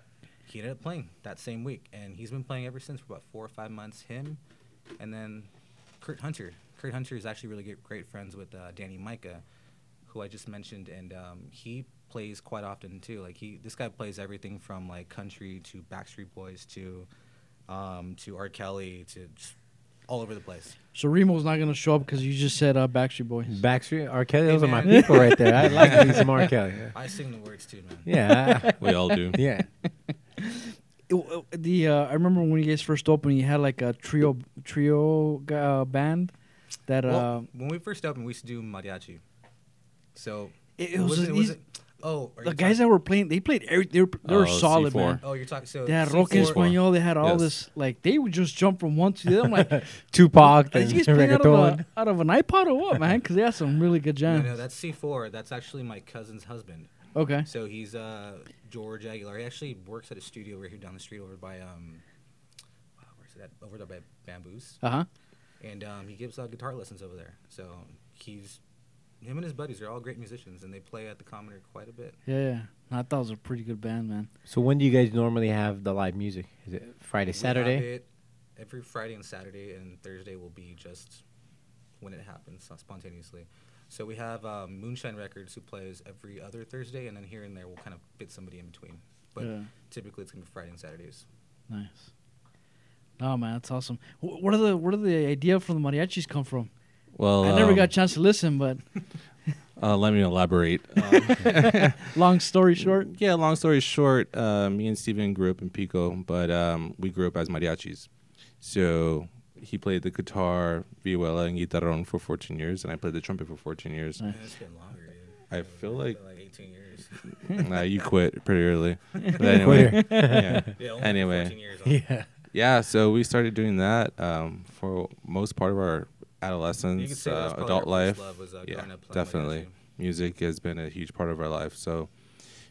he ended up playing that same week, and he's been playing ever since for about four or five months. Him, and then Kurt Hunter. Kurt Hunter is actually really good, great friends with uh, Danny Micah, who I just mentioned, and um, he plays quite often too. Like he, this guy plays everything from like country to Backstreet Boys to um, to R. Kelly to just all over the place.
So Remo's not gonna show up because you just said uh, Backstreet Boys.
Backstreet, R. Kelly,
Hey,
those are my
man.
people right there. I like me some R. Kelly.
I sing the words too, man.
Yeah, I-
We all do.
yeah.
It- uh, the uh, I remember when you guys first opened, you had like a trio trio gu- uh, band that uh,
Well, when we first opened, we used to do mariachi. So
it, it was,
wasn't-
these,
wasn't- oh, are
the
you
guys that
talking-
were playing. They played every they were, they were
Oh,
solid
C4.
man.
oh, you're talking. So
They had
C4
rock and
C4.
español. They had all
Yes.
this like they would just jump from one to the other. I'm like,
Tupac,
are
then
these guys playing out of,
reggaeton.
a, out of an iPod or what, man? Because they had some really good
No,
jams.
no, that's C four. That's actually my cousin's husband.
okay,
So he's uh, George Aguilar. He actually works at a studio right here down the street, over by um, wow, where's that? Over there by Bamboos,
uh huh.
and um, he gives uh, guitar lessons over there. So he's him and his buddies are all great musicians, and they play at the Commoner quite a bit.
Yeah, yeah. I thought it was a pretty good band, man.
So when do you guys normally have the live music? Is it Friday,
We have
Saturday?
it every Friday and Saturday, and Thursday will be just when it happens uh, spontaneously. So we have um, Moonshine Records who plays every other Thursday, and then here and there we'll kind of fit somebody in between. But
Yeah.
typically it's gonna be Friday and Saturdays.
Nice. Oh man, that's awesome. Wh- Where do the where do the idea from the mariachis come from?
Well,
I never
um,
got a chance to listen, but
Uh, let me elaborate.
long story short,
Yeah, long story short, uh, me and Steven grew up in Pico, but um, we grew up as mariachis. So he played the guitar, vihuela, and guitarron for 14 years, and I played the trumpet for 14 years.
And it's been longer. Dude.
I feel like
like 18 years.
nah, you quit pretty early. But anyway, yeah.
yeah, only
Anyway.
14 years old.
Yeah.
yeah, so we started doing that um, for most part of our
You could
adolescence,
say that's
uh,
probably
adult
our
life.
first love was, uh,
yeah,
growing up playing
definitely.
mariachi.
Music has been a huge part of our life. So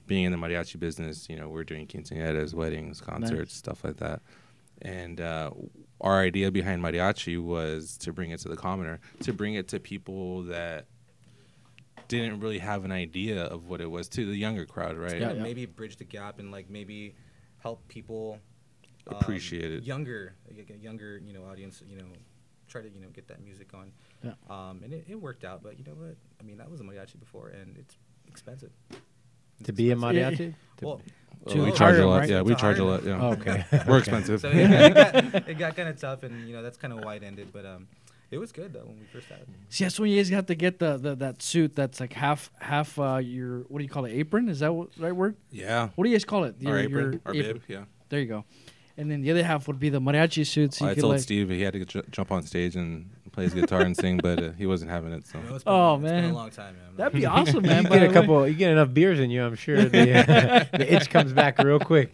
being in the mariachi business, you know, we're doing quinceañeras, weddings, concerts, stuff like that. And uh, our idea behind mariachi was to bring it to the commoner, to bring it to people that didn't really have an idea of what it was to the younger crowd, right?
Yeah,
Kinda
yeah.
Maybe bridge the gap and like maybe help people um,
Appreciate it.
Younger, y- y- younger, you know, audience, you know, try to you know get that music on.
Yeah.
Um, and it, it worked out, but you know what? I mean, I was a mariachi before, and it's expensive.
To be a
Yeah.
mariachi? To-
Well,
Well,
To
we
hire
charge a
them,
lot.
right?
Yeah, we
To
charge a
hire
lot. Yeah.
oh, okay.
We're expensive.
so it, it got, it got kind of tough, and you know that's kind of why it ended. But um, it was good though when we first had it.
see that's when you guys have to get the, the that suit that's like half half uh, your what do you call it apron? Is that what, the right word?
yeah.
What do you guys call it?
our
Your-
apron,
your
our
apron.
bib, yeah.
There you go. And then the other half would be the mariachi suits.
I told Oh, Steve he had to ju- jump on stage and play his guitar and sing, but uh, he wasn't having it. So
You know, it's been,
Oh,
it's been
man.
a long time, man.
That'd be awesome, man.
you
by
get
the
a
way.
couple. You get enough beers in you, I'm sure. The, uh, the itch comes back real quick.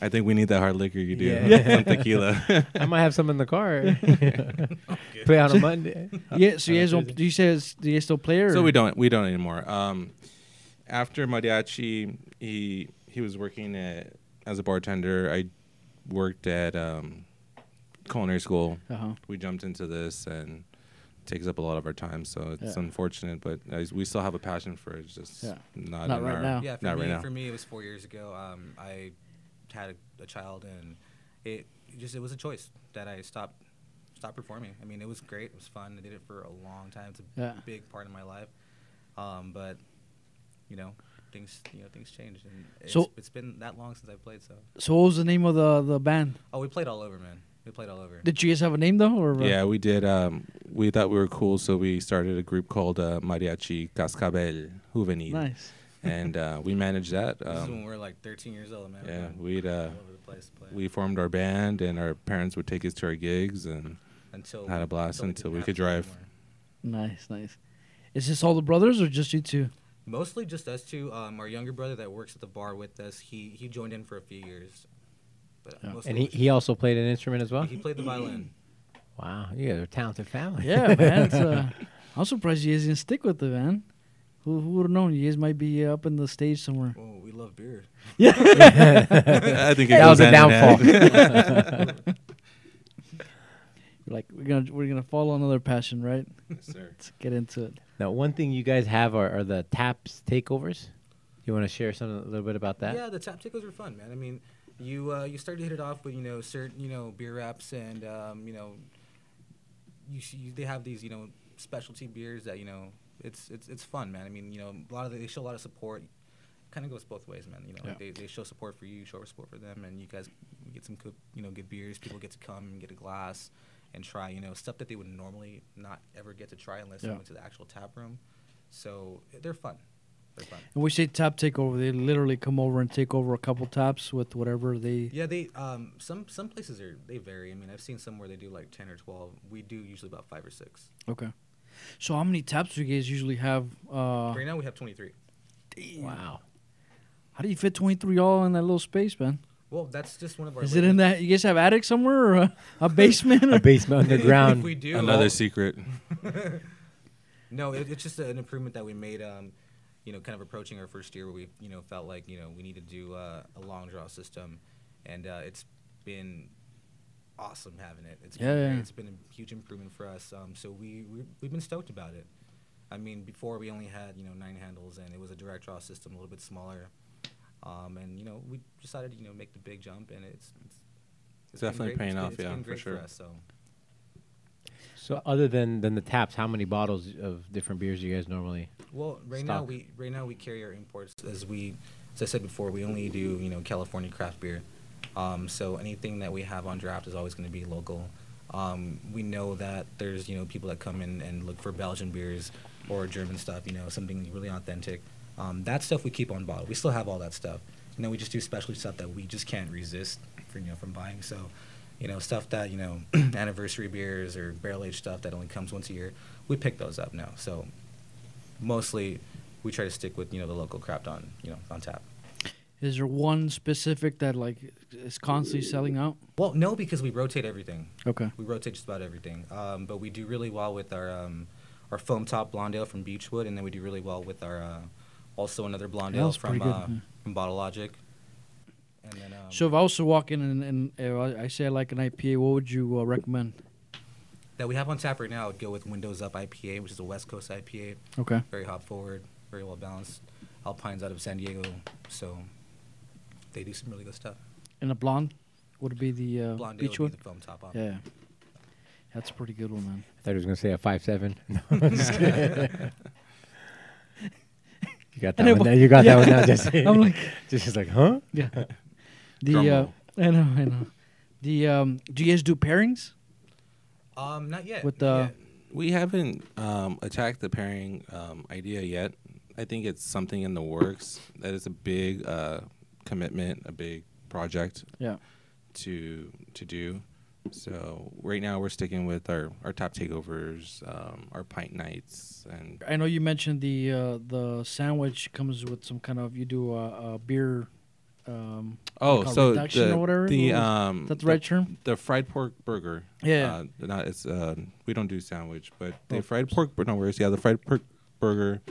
I think we need that hard liquor you do,
Yeah.
huh? some tequila.
I might have some in the car. Play on a Monday.
Yeah. So you guys don't? Do you say it's- do you guys still play? Or?
so we don't we don't anymore. Um, after mariachi, he he was working at, as a bartender. I worked at um, culinary school.
Uh-huh.
We jumped into this and takes up a lot of our time, so it's
Yeah.
unfortunate. But uh, we still have a passion for it. It's just
Yeah.
not,
Not
in
right
our,
now.
Yeah, for
not
me,
right now.
for me, it was four years ago. Um, I had a, a child, and it just it was a choice that I stopped stopped performing. I mean, it was great. It was fun. I did it for a long time. It's a
Yeah.
big part of my life. Um, but you know, things you know things changed, and it's,
So-
it's been that long since I played. So
So what was the name of the the band?
oh, we played all over, man. We played all over.
Did you guys have a name though? Or uh?
Yeah, we did. Um, we thought we were cool, so we started a group called uh, Mariachi Cascabel Juvenil,
Nice.
and uh, we managed that.
this is when we
Um,
were like 13 years old, man.
yeah,
We
we'd
were
uh,
all over the place to play
we formed our band, and our parents would take us to our gigs, and
until
had
we-
a blast
we
until
didn't
we
have
could
to
drive.
anymore.
Nice. Nice. Is this all the brothers or just you two?
Mostly just us two. Um, our younger brother that works at the bar with us, he he joined in for a few years. But mostly
And he,
it was-
he also played an instrument as well.
he played the violin.
Wow, you guys are a talented family.
Yeah, man. It's, uh, I'm surprised you guys didn't stick with it, man. Who, who would have known? You guys might be uh, up in the stage somewhere.
Oh, we love beer.
I think it
that
goes
was a
hand in hand.
downfall.
You're like we're gonna we're gonna follow another passion, right?
Yes, sir.
Let's get into it.
now, one thing you guys have are, are the taps takeovers. You want to share some a little bit about that?
Yeah, the tap tickles are fun, man. I mean, you uh, you start to hit it off with you know certain you know beer wraps and um, you know you, sh- you they have these you know specialty beers that you know it's it's it's fun, man. I mean, you know, a lot of the, they show a lot of support. Kind of goes both ways, man. You know,
Yeah.
they, they show support for you, show support for them, and you guys get some good, you know, good beers. People get to come and get a glass and try, you know, stuff that they would normally not ever get to try unless
Yeah.
they went to the actual tap room. So they're fun. They're fun.
And we say tap takeover. They literally come over and take over a couple taps with whatever they.
Yeah, they um some some places are they vary. I mean, I've seen some where they do like ten or twelve. We do usually about five or six.
Okay. So how many taps do you guys usually have? Uh,
right now we have twenty three.
Wow.
how do you fit 23 all in that little space, man?
Well, that's just one of our.
Is it in that you guys have attic somewhere or a, a basement?
A
or-
basement
If we
underground.
do oh,
Another
well,
secret.
No, it, it's just an improvement that we made. Um, you know, kind of approaching our first year, where we you know felt like you know we need to do uh, a long draw system, and uh, it's been awesome having it. It's
Yeah,
been, great.
yeah.
it's been a huge improvement for us. Um, so we we we've been stoked about it. I mean, before we only had you know nine handles, and it was a direct draw system, a little bit smaller. Um, and you know, we decided to, you know make the big jump, and it's, it's, it's been
Definitely
great.
paying
It's been-
off,
it's
yeah,
been
for
great
sure.
us, so.
So other than than the taps, how many bottles of different beers do you guys normally?
Well, right now
stock?
we right now we carry our imports as we as I said before, we only do you know California craft beer. Um, so anything that we have on draft is always going to be local. Um, we know that there's you know people that come in and look for Belgian beers or German stuff, you know something really authentic. Um, that stuff we keep on bottle. We still have all that stuff. You know we just do specialty stuff that we just can't resist for, you know from buying. So you know stuff that you know anniversary beers or barrel aged stuff that only comes once a year. We pick those up now. So mostly we try to stick with you know the local craft on you know on tap.
Is there one specific that like is constantly selling out?
Well, no, because we rotate everything.
Okay.
We rotate just about everything. Um, but we do really well with our um, our foam top blonde ale from Beechwood, and then we do really well with our uh, also another blonde
Yeah,
ale
that's
from
pretty good,
uh,
yeah.
from Bottle Logic. And then um,
So if I was to walk in and, and if I I say I like an IPA, what would you uh, recommend?
that we have on tap right now, I would go with Windows Up IPA, which is a West Coast IPA,
Okay.
very hop forward, very well balanced. Alpine's out of San Diego, so they do some really good stuff.
And a blonde would be the uh,
Blonde ale
beach
would
one.
be the foam top on.
Yeah. That's a pretty good one, man.
I thought he was gonna say a five seven. No, I'm just kidding. you got
I know,
that one.
but-
Now. You got
yeah.
that one now, Jesse.
I'm like-
just, just like, huh?
Yeah. The
Drum
uh,
roll.
I know, I know. The um, do you guys do pairings
Um, not yet.
with
not
the?
yet.
We haven't um, attacked the pairing um, idea yet. I think it's something in the works. That is a big uh, commitment, a big project
Yeah.
to to do. So right now we're sticking with our our top takeovers, um, our pint nights, and
I know you mentioned the uh, the sandwich comes with some kind of you do a, a beer. Um,
oh,
Like a
so
reduction
the
or whatever?
the
Or-
um
is that the
the-
right term?
the fried pork burger.
Yeah.
Uh, not it's uh, we don't do sandwich, but the
Oh.
fried pork. But no worries. Yeah, the fried pork burger.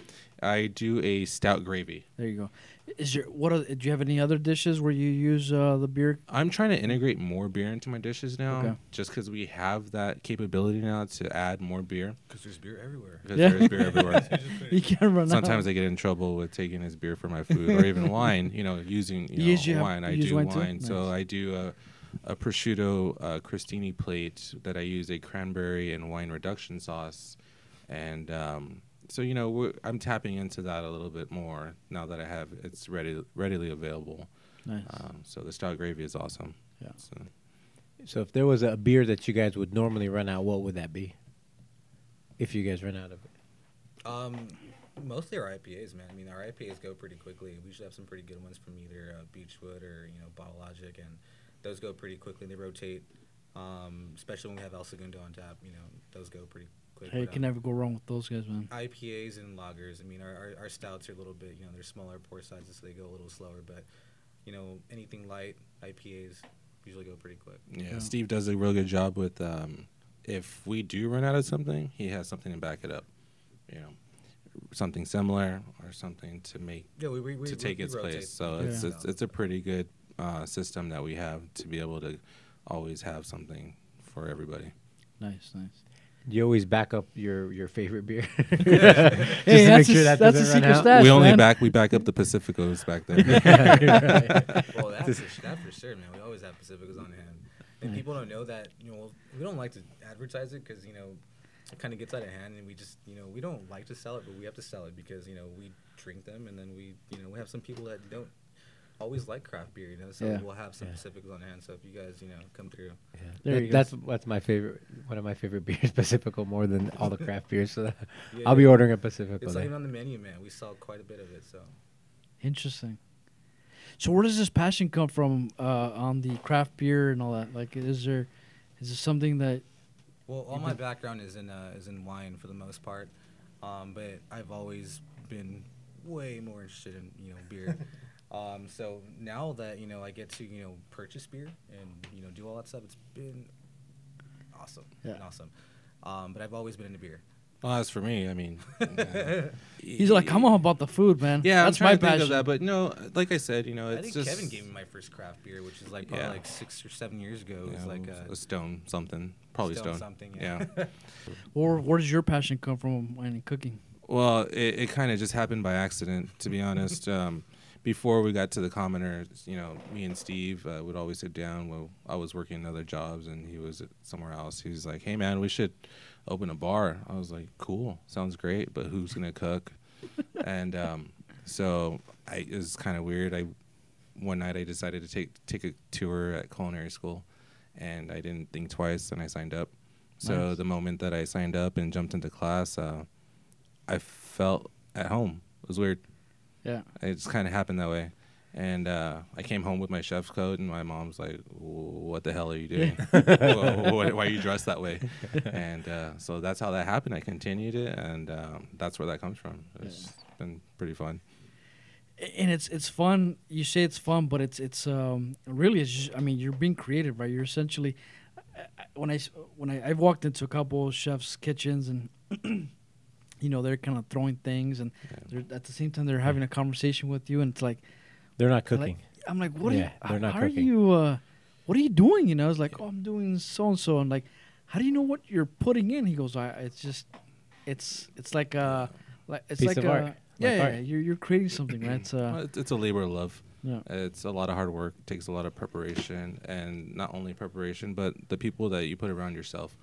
I do a stout gravy.
There you go. Is there what? Are, do you have any other dishes where you use uh, the beer?
I'm trying to integrate more beer into my dishes now,
Okay.
just because we have that capability now to add more beer.
Because there's beer everywhere.
Because
Yeah.
there is beer everywhere.
You can't run out.
Sometimes I get in trouble with taking his beer for my food or even wine. You know, using you
You
know,
use- you have-
wine. I
you use
do
wine
wine,
too?
so
Nice.
I do a, a prosciutto uh, crostini plate that I use a cranberry and wine reduction sauce, and um, so you know we're, I'm tapping into that a little bit more now that I have it's ready readily available.
Nice.
Um, so the stout gravy is awesome.
Yeah.
So,
So if there was a beer that you guys would normally run out, what would that be? If you guys run out of it.
Um, mostly our IPAs, man. I mean, our IPAs go pretty quickly. We should have some pretty good ones from either uh, Beechwood or you know Bottle Logic, and those go pretty quickly. They rotate, um, especially when we have El Segundo on tap. You know, those go pretty quick.
Hey, you
But,
can
um,
never go wrong with those guys, man.
IPAs and lagers. I mean, our, our, our stouts are a little bit, you know, they're smaller pour sizes, so they go a little slower. But you know, anything light, IPAs usually go pretty quick.
yeah,
Yeah.
Steve does a real good job with um, if we do run out of something, he has something to back it up. You know, something similar or something to make
Yeah, we, we, we
to take
we
its
rotate.
place. So
Yeah.
it's, it's it's a pretty good uh, system that we have to be able to always have something for everybody.
Nice, nice.
Do you always back up your, your favorite beer? Just
Hey,
to
that's a,
that
that's a
doesn't run
secret
out?
stash,
we only
man.
back we back up the Pacificos back there.
well, that's for, that for sure, man. We always have Pacificas on hand. And people don't know that you know we don't like to advertise it because you know it kind of gets out of hand, and we just you know we don't like to sell it, but we have to sell it because you know we drink them, and then we you know we have some people that don't always like craft beer, you know. So
Yeah.
we'll have some specifics on hand. So if you guys you know come through,
There
That-
you go.
That's that's my favorite, one of my favorite beers, Pacifico, more than all the craft beers. So
Yeah,
I'll be
yeah.
ordering a Pacifico.
it's not
then.
even on the menu, man. We sell quite a bit of it, so.
Interesting. So where does this passion come from uh, on the craft beer and all that? Like, is there is this something that
Well, all
You've
my
been-
background is in uh, is in wine for the most part, um, but I've always been way more interested in you know beer. um, so now that you know I get to you know purchase beer and you know do all that stuff, it's been awesome,
Yeah.
been awesome. Um, but I've always been into beer.
Well, as for me, I mean, yeah.
he's like, I'm all about the food, man.
Yeah,
that's
I'm trying
my
to think
passion.
of that, but no, like I said, you know,
I
it's
think
just
Kevin gave me my first craft beer, which is like probably
Yeah.
like six or seven years ago. It
yeah,
was like
a,
a
stone something, probably
Stone
stone,
something, yeah.
or where does your passion come from in cooking?
Well, it, it kind of just happened by accident, to be honest. Um, before we got to the commoner, you know, me and Steve uh, would always sit down. Well, I was working other jobs and he was at somewhere else. He was like, "Hey, man, we should open a bar." I was like, "Cool, sounds great, but who's gonna cook?" and um, so I, it was kind of weird. I one night I decided to take take a tour at culinary school, and I didn't think twice, and I signed up. So
Nice.
the moment that I signed up and jumped into class, uh, I felt at home. It was weird.
Yeah,
It just kind of happened that way. And uh, I came home with my chef's coat, and my mom's like, "What the hell are you doing? Wha- wha- why are you dressed that way?" And uh, so that's how that happened. I continued it, and um, that's where that comes from. It's been pretty fun.
A- and it's it's fun. You say it's fun, but it's it's um really it's just, I mean you're being creative, right? You're essentially I- I- when I s- when I I've walked into a couple chefs' kitchens and you know they're kind of throwing things and they're at the same time they're having a conversation with you, and it's like.
They're not
I
cooking.
like- I'm like, what
Yeah,
are you?
they're
how
not
are
cooking.
you? Uh, what are you doing? You know, I was like, oh, I'm doing so and so, and like, how do you know what you're putting in? He goes, I. It's just, it's it's like a, like it's
Piece
like
of
a,
art, like
yeah, yeah,
art.
yeah, you're you're creating something, right? It's,
Well,
uh,
it's, it's a labor of love.
Yeah.
It's a lot of hard work. Takes a lot of preparation, and not only preparation, but the people that you put around yourself.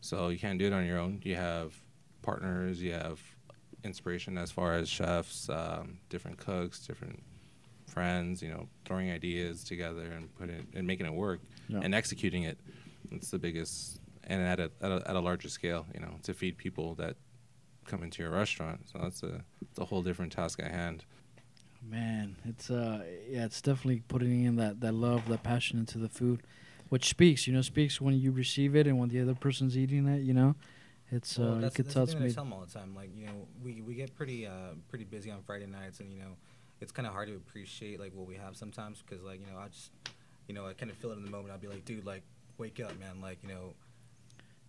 So you can't do it on your own. You have partners. You have inspiration as far as chefs, um, different cooks, different friends. You know, throwing ideas together and putting and making it work
Yeah.
and executing it. It's the biggest, and at a, at a at a larger scale. You know, to feed people that come into your restaurant. So that's a, it's a whole different task at hand.
man, it's uh, yeah, it's definitely putting in that that love, that passion into the food, which speaks, you know, speaks when you receive it and when the other person's eating it, you know, it's uh,
Well,
it
that's,
gets
that's the
how it's
thing that I
made.
tell them all the time. Like you know, we, we get pretty uh, pretty busy on Friday nights, and you know, it's kind of hard to appreciate like what we have sometimes because like you know I just you know I kind of feel it in the moment. I'll be like, dude, like wake up, man. Like you know,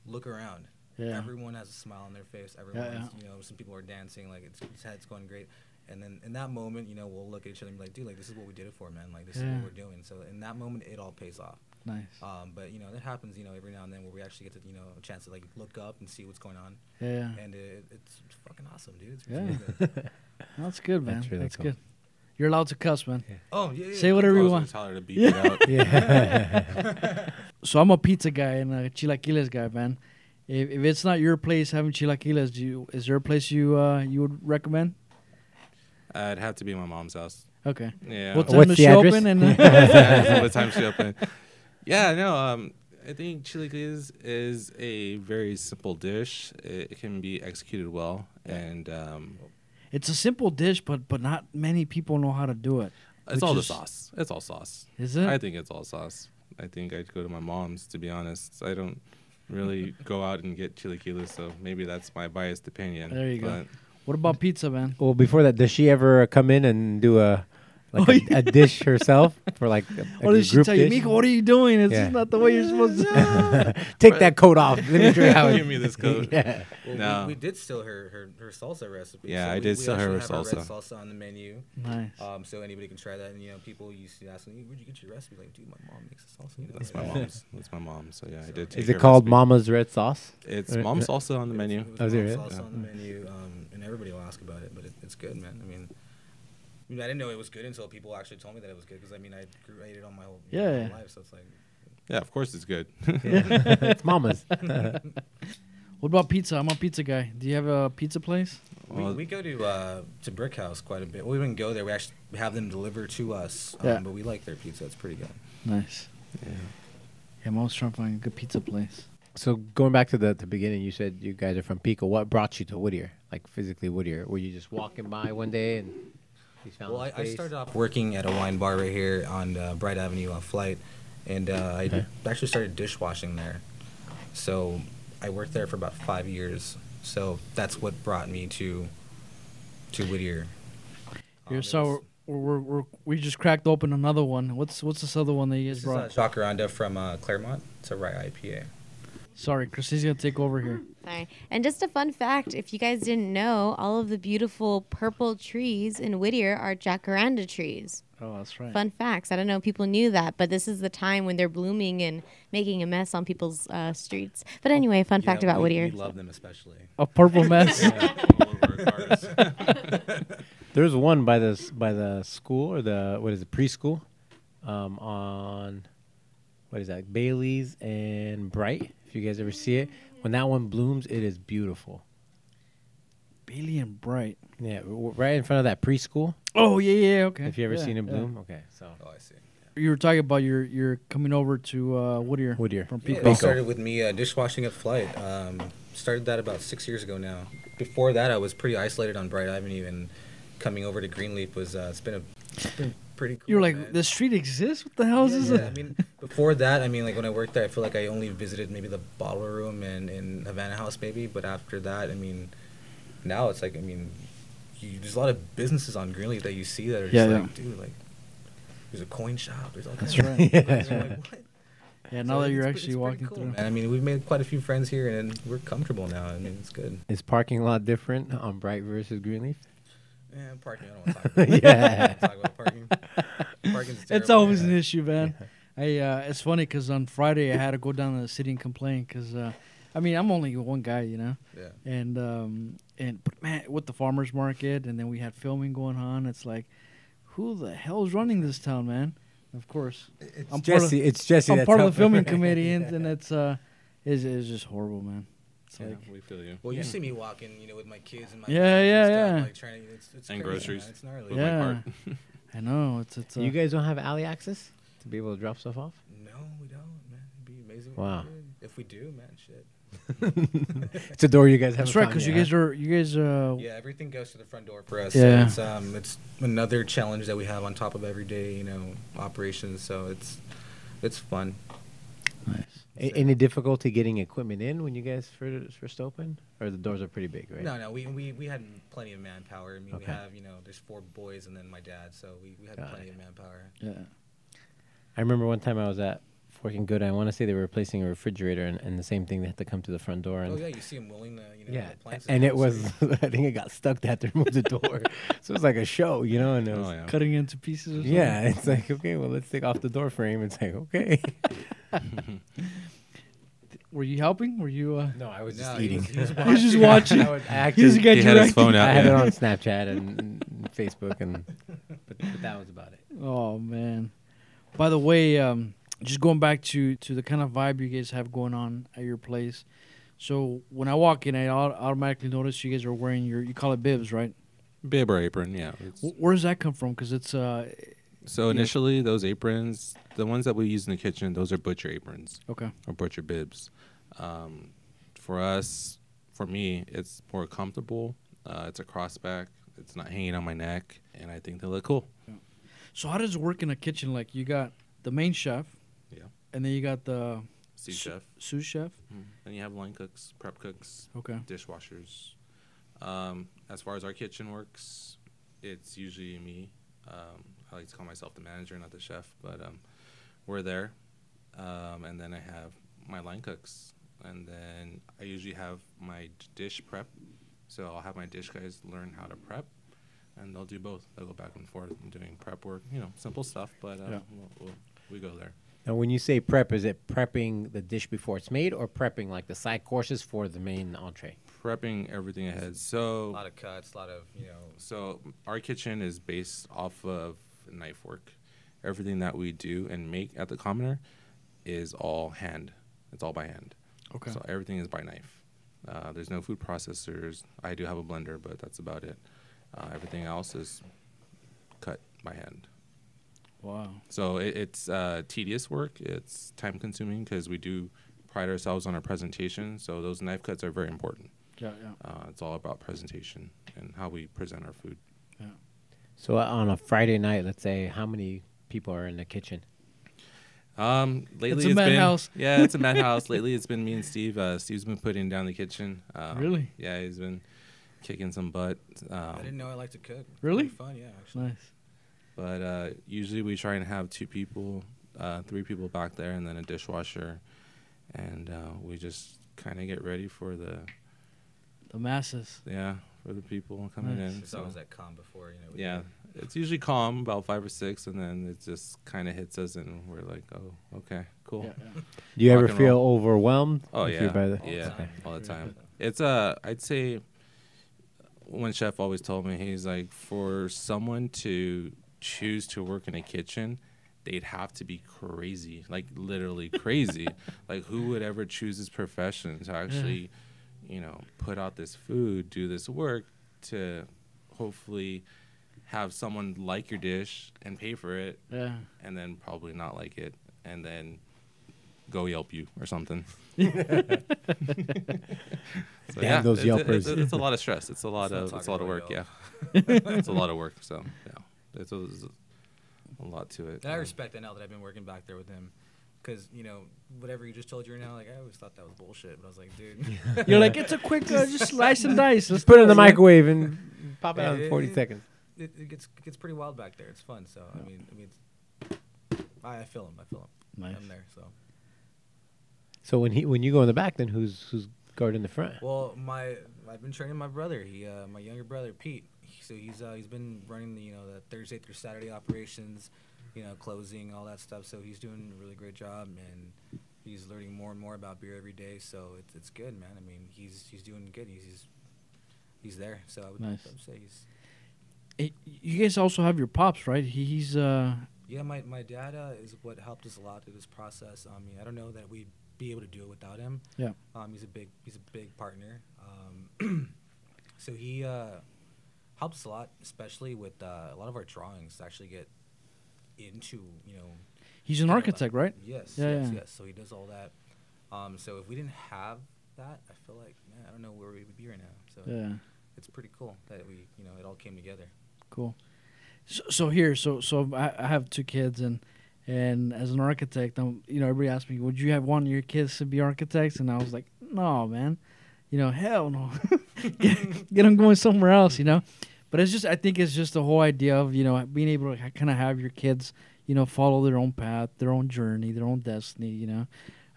look around.
Yeah.
Everyone has a smile on their face. Everyone's
yeah.
you know some people are dancing. Like it's it's, it's going great. And then in that moment, you know, we'll look at each other and be like, dude, like this is what we did it for, man. Like this is
Yeah.
what we're doing. So in that moment, it all pays off.
Nice.
Um, but you know that happens, you know, every now and then where we actually get to, you know, a chance to like look up and see what's going on,
Yeah,
and it, it's fucking awesome, dude. It's
Yeah.
really good.
that's good, man.
That's
That's,
really cool.
good. You're allowed to cuss, man.
oh yeah, yeah.
Say whatever you
Calls
want.
and tell her to beep it out.
so I'm a pizza guy and a chilaquiles guy, man. If, if it's not your place having chilaquiles, do you, is there a place you uh, you would recommend?
Uh, it'd have to be my mom's house.
Okay.
Yeah.
What time
What's
does
the
she
address?
open? And uh,
Yeah, what time she open? Yeah, no. Um, I think chilaquiles is a very simple dish. It, it can be executed well, and um,
it's a simple dish, but but not many people know how to do it.
it's
Which
all the
is-
sauce. It's all sauce.
Is it?
I think it's all sauce. I think I'd go to my mom's to be honest. I don't really go out and get chilaquiles, so maybe that's my biased opinion.
There you go.
but-
What about pizza, man?
Well, before that, does she ever come in and do a like
Oh,
a,
yeah.
a dish herself for like a,
Or
a
did she
group
tell you,
dish?
Miko, what are you doing? It's
Yeah.
not the way you're supposed to.
Take that coat off. Let me try how it-
Give me this coat.
yeah.
Well, we-
No.
we, did steal her her, her salsa recipe.
Yeah,
so
I
we-
did
we
steal her
actually have red
salsa.
salsa on the menu.
nice.
Um, so anybody can try that, and you know, people used to ask me, "Where'd you get your recipe?" Like, dude, my mom makes the salsa. You know,
That's my
like,
mom's. That's my mom. So yeah, I did. Take
Is it
her
called
recipe.
Mama's Red Sauce?
It's
Uh,
mom's
uh,
also on the menu.
It was
Oh, is
mom
it?
sauce
Yeah.
on the menu, um, and everybody will ask about it, but it, it's good, man. I mean, I mean, I didn't know it was good until people actually told me that it was good because I mean, I grew, I ate it all my whole, my
Yeah.
whole life, so it's like
Yeah, of course it's good.
it's mama's.
What about pizza? I'm a pizza guy. Do you have a pizza place?
We, we go to uh, to Brick House quite a bit. We wouldn't go there. We actually have them deliver to us. Um,
Yeah.
But we like their pizza. It's pretty good.
Nice. Yeah, I'm always trying to find a good pizza place.
Oh,
so going back to the, the beginning, you said you guys are from Pico. What brought you to Whittier? Like physically Whittier? Were you just walking by one day and you found
Well, I,
the
I
space?
started off working at a wine bar right here on uh, Bright Avenue on Flight, and uh, I actually started dishwashing there. So I worked there for about five years. So that's what brought me to to Whittier.
Here,
Um,
so we're, we're, we're, we just cracked open another one. What's what's this other one that you
This
guys
is uh,
brought?
Jacaranda from uh, Claremont. It's a rye IPA.
Sorry, Chrissy's gonna take over here.
Sorry. And just a fun fact if you guys didn't know, all of the beautiful purple trees in Whittier are jacaranda trees.
Oh, that's right.
Fun facts. I don't know if people knew that, but this is the time when they're blooming and making a mess on people's uh, streets. But anyway, fun fact
Yeah,
about
we,
Whittier.
We love them especially.
A purple mess.
There's one by the s- by the school or the what is it preschool, um, on what is that Bailey's and Bright. If you guys ever see it, when that one blooms, it is beautiful.
Bailey and Bright.
Yeah, w- w- right in front of that preschool.
Oh yeah, yeah, okay.
If you ever
Yeah,
seen it
yeah.
bloom, okay. So
Oh, I see.
You were talking about your your coming over to uh, Whittier.
Whittier.
from
Yeah,
Pico.
it started with me uh, dishwashing at Flight. Um, started that about six years ago now. Before that, I was pretty isolated on Bright Avenue, and coming over to Greenleaf was uh, it's been a it's been pretty. Cool,
You're like
man.
the street exists. What the hell
Yeah,
is this?
yeah. I mean, before that, I mean, like when I worked there, I feel like I only visited maybe the bottle room and in Havana House, maybe. But after that, I mean, now it's like I mean, you, there's a lot of businesses on Greenleaf that you see that are just
Yeah, yeah.
like, dude, like there's a coin shop. There's all
That's
kinds of
right.
things. I'm like, what?
Yeah, now
So
that
it's
you're
pre-
actually
it's pretty
walking
cool,
through.
man. I mean, we've made quite a few friends here, and we're comfortable now. I mean, it's good.
is parking lot different on Bright versus Greenleaf?
Yeah, parking. I don't want to talk about. it.
Yeah.
I don't wanna talk about parking. Parking's
It's
terrible.
always an issue, man. I uh, it's funny because on Friday I had to go down to the city and complain because uh, I mean I'm only one guy, you know,
Yeah.
and um, and but man, with the farmers market and then we had filming going on. It's like, who the hell's running this town, man? Of course,
It's
I'm part of-
Jesse. it's Jesse.
I'm
that's
part of
helping.
the filming committee, and, and it's uh, is is just horrible, man. It's
Yeah,
like
we feel you.
Well, you see me walking, you know, with my kids and my
Yeah,
family
yeah,
and stuff,
yeah.
like trying to, it's, it's
And
crazy,
groceries.
man. It's gnarly.
With my
Yeah.
cart.
I know it's it's. Uh,
You guys don't have alley access to be able to drop stuff off.
No, we don't, man. It'd be amazing. if we
Wow.
did. If we do, man, shit.
It's a door you guys have.
that's right, because you guys are you guys uh
Yeah, everything goes to the front door for us.
Yeah.
Yeah. It's um, it's another challenge that we have on top of everyday, you know, operations. So it's, it's fun.
nice.
Any difficulty getting equipment in when you guys first first opened, or the doors are pretty big, right?
No, no, we, we, we had plenty of manpower. I mean,
Okay.
we have, you know, there's four boys and then my dad, so we, we had
Got
plenty
it.
of manpower.
yeah.
I remember one time I was at Forking Good. I want to say they were replacing a refrigerator, and, and the same thing they had to come to the front door. And
Oh, yeah, you see him willing to, you know,
Yeah,
appliances
and it
on the
was
street.
I think it got stuck that they removed the door, so it was like a show, you know. And it
Oh,
was,
yeah.
Cutting into pieces. Or something.
yeah. it's like okay, well let's take off the door frame. It's like okay.
Were you helping? Were you? Uh,
No, I was
No,
just
he
eating.
was- he was
I was just watching.
I was acting.
He's a guy
He had his
directing.
phone out.
I had it
Oh, yeah.
on Snapchat and, and Facebook, and but, but that was about it.
Oh man. By the way, um, just going back to to the kind of vibe you guys have going on at your place. So when I walk in, I au- automatically notice you guys are wearing your you call it bibs, right?
Bib or apron, yeah. It's-
W- where does that come from? Because it's uh
So initially, those aprons, the ones that we use in the kitchen, those are butcher aprons
okay.
or butcher bibs. Um, for us, for me, it's more comfortable. Uh, it's a crossback. It's not hanging on my neck, and I think they look cool.
So how does it work in a kitchen? Like you got the main chef,
Yeah.
and then you got the
Sous
Su-
chef.
sous chef.
Mm-hmm. Then you have line cooks, prep cooks,
Okay.
dishwashers. Um, as far as our kitchen works, it's usually me. Um, I like to call myself the manager, not the chef, but um, we're there. Um, and then I have my line cooks, and then I usually have my d- dish prep. So I'll have my dish guys learn how to prep, and they'll do both. They'll go back and forth and doing prep work, you know, simple stuff. But uh,
Yeah.
we'll, we'll, we go there.
Now, when you say prep, is it prepping the dish before it's made, or prepping like the side courses for the main entree?
Prepping everything ahead. So
A lot of cuts, a lot of, you know,
So our kitchen is based off of knife work. Everything that we do and make at the commoner is all hand. It's all by hand.
Okay.
So everything is by knife. Uh, there's no food processors. I do have a blender, but that's about it. Uh, everything else is cut by hand.
Wow.
So it, it's uh, tedious work. It's time consuming because we do pride ourselves on our presentation. So those knife cuts are very important.
Yeah, yeah.
Uh, it's all about presentation and how we present our food.
So uh, on a Friday night, let's say, how many people are in the kitchen?
Um, lately
a
been
madhouse.
yeah, it's a madhouse. lately, it's been me and Steve. Uh, Steve's been putting down the kitchen. Um,
Really?
Yeah, he's been kicking some butt.
I didn't
Um,
know I liked to cook.
Really?
Pretty fun, yeah. Actually.
Nice.
but uh, usually we try and have two people, uh, three people back there, and then a dishwasher, and uh, we just kind of get ready for the
The masses.
yeah for the people coming
Nice.
in.
It's
So
always that calm before, you know. we-
yeah, it's usually calm about five or six, and then it just kind of hits us, and we're like, oh, okay, cool.
Yeah, yeah.
Do you ever
Rock and
feel overwhelmed?
Oh
if
yeah,
you're by the-
yeah,
Okay.
all the time. It's uh, I'd say one chef always told me he's like for someone to choose to work in a kitchen, they'd have to be crazy, like literally crazy. like who would ever choose this profession to actually, you know, put out this food, do this work to hopefully have someone like your dish and pay for it
Yeah.
and then probably not like it and then go Yelp you or something. so,
Damn those
it's- it's-
Yelpers.
It's, it's a lot of stress. It's a lot
Stop
of it's a lot
talking
of work.
about
Yeah, it's a lot of work. So yeah, it's a, it's a lot to it. Um,
And I respect that now that I've been working back there with him. Because, you know, whatever you just told you right now, like, I always thought that was bullshit. But I was like, dude.
You're like, it's a quick, uh, just slice and dice.
Just put it in the
Let's go.
microwave and pop it out in 40
Yeah.
seconds.
it, it gets it gets pretty wild back there. It's fun. So I mean, I mean, it's- I, I feel him. I feel him. I'm
Nice.
there. So
So when he when you go in the back, then who's who's guarding the front?
well, my I've been training my brother. He uh, my younger brother Pete. He- so he's uh, he's been running the you know the Thursday through Saturday operations, you know closing all that stuff. So he's doing a really great job and. He's learning more and more about beer every day, so it's, it's good, man. I mean, he's he's doing good. He's he's, he's there, so I would,
Nice.
I would say he's
Eh, You guys also have your pops, right? He, he's uh,
Yeah, my, my dad uh, is what helped us a lot through this process. Um, I mean, I don't know that we'd be able to do it without him.
Yeah.
Um, he's a big he's a big partner. Um, so he uh, helps a lot, especially with uh, a lot of our drawings to actually get into you know.
he's an
kind of, uh,
architect, right?
Yes.
Yeah,
yes.
yeah.
Yes. So he does all that. Um, so if we didn't have that, I feel like man, I don't know where we would be right now. So
Yeah.
it's pretty cool that we you know it all came together.
Cool. So, so here, so so I, I have two kids, and and as an architect, I'm, you know, everybody asked me, would you have one of your kids to be architects? And I was like, no, man, you know, hell no, get, get them going somewhere else, you know. But it's just, I think it's just the whole idea of you know being able to kind of have your kids, you know, follow their own path, their own journey, their own destiny, you know.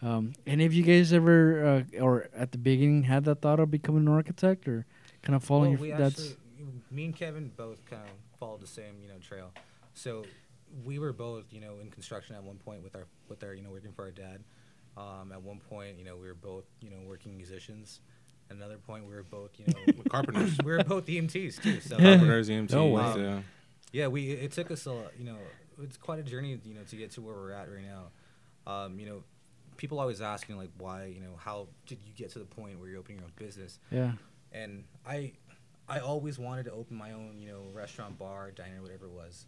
Um, and if you guys ever, uh, or at the beginning, had that thought of becoming an architect, or kind of following
well,
your
we
that's
actually, me and Kevin both kind of followed the same you know trail. So we were both you know in construction at one point with our with our you know working for our dad. Um, at one point you know we were both you know working musicians. At another point we were both you know
Carpenters,
we were both EMTs too. So um,
carpenters, EMTs.
No way.
yeah.
yeah, we it took us a lot, you know it's quite a journey you know to get to where we're at right now. Um, you know, people always ask you know, like why you know how did you get to the point where you're opening your own business?
yeah.
and I I always wanted to open my own you know restaurant bar diner whatever it was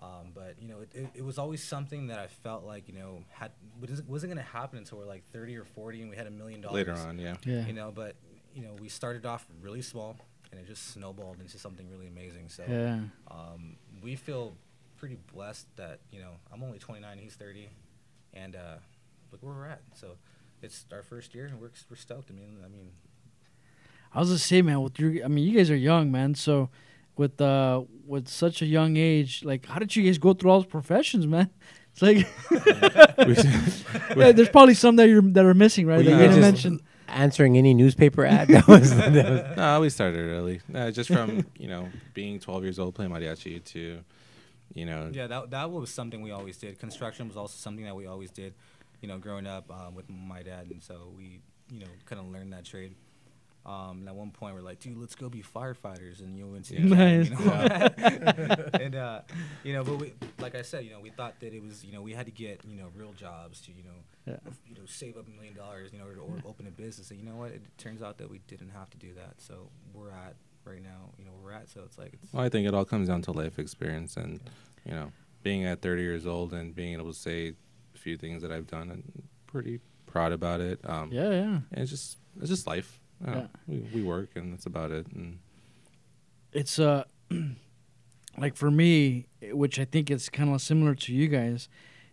um, but you know it, it, it was always something that I felt like you know had wasn't, wasn't gonna happen until we're like 30 or 40 and we had a million dollars
Later on, yeah.
Yeah.
you know but you know we started off really small and it just snowballed into something really amazing so
Yeah.
um, we feel pretty blessed that you know I'm only 29, he's 30, and uh, look where we're at. So it's our first year, and we're we're stoked. I mean, I mean,
I was just saying, man. With your, I mean, you guys are young, man. So, with uh, with such a young age, like, how did you guys go through all those professions, man? It's like, yeah, there's probably some that you're that are missing, right?
Were
that
you
you didn't
just
mention.
answering any newspaper ad? That was, that was
No, we started early. Uh, just from you know being 12 years old playing mariachi to, you know,
Yeah, that that was something we always did. Construction was also something that we always did, you know, growing up um, with my dad, and so we, you know, kind of learned that trade. Um, and at one point, we're like, dude, let's go be firefighters, and you went to
Yeah.
Nice.
you know? and uh, you know, but we, like I said, you know, we thought that it was, you know, we had to get, you know, real jobs to, you know,
Yeah.
you know, save up a million dollars in order to or- open a business. And you know what? It turns out that we didn't have to do that. So we're at right now, you know, where we're at. So it's like it's
Well, I think it all comes down to life experience and, you know, being at 30 years old and being able to say a few things that I've done. I'm pretty proud about it. Um,
Yeah, yeah.
And it's just, it's just life. I don't know. we, we work and that's about it. And
it's uh like for me which i think it's kind of similar to you guys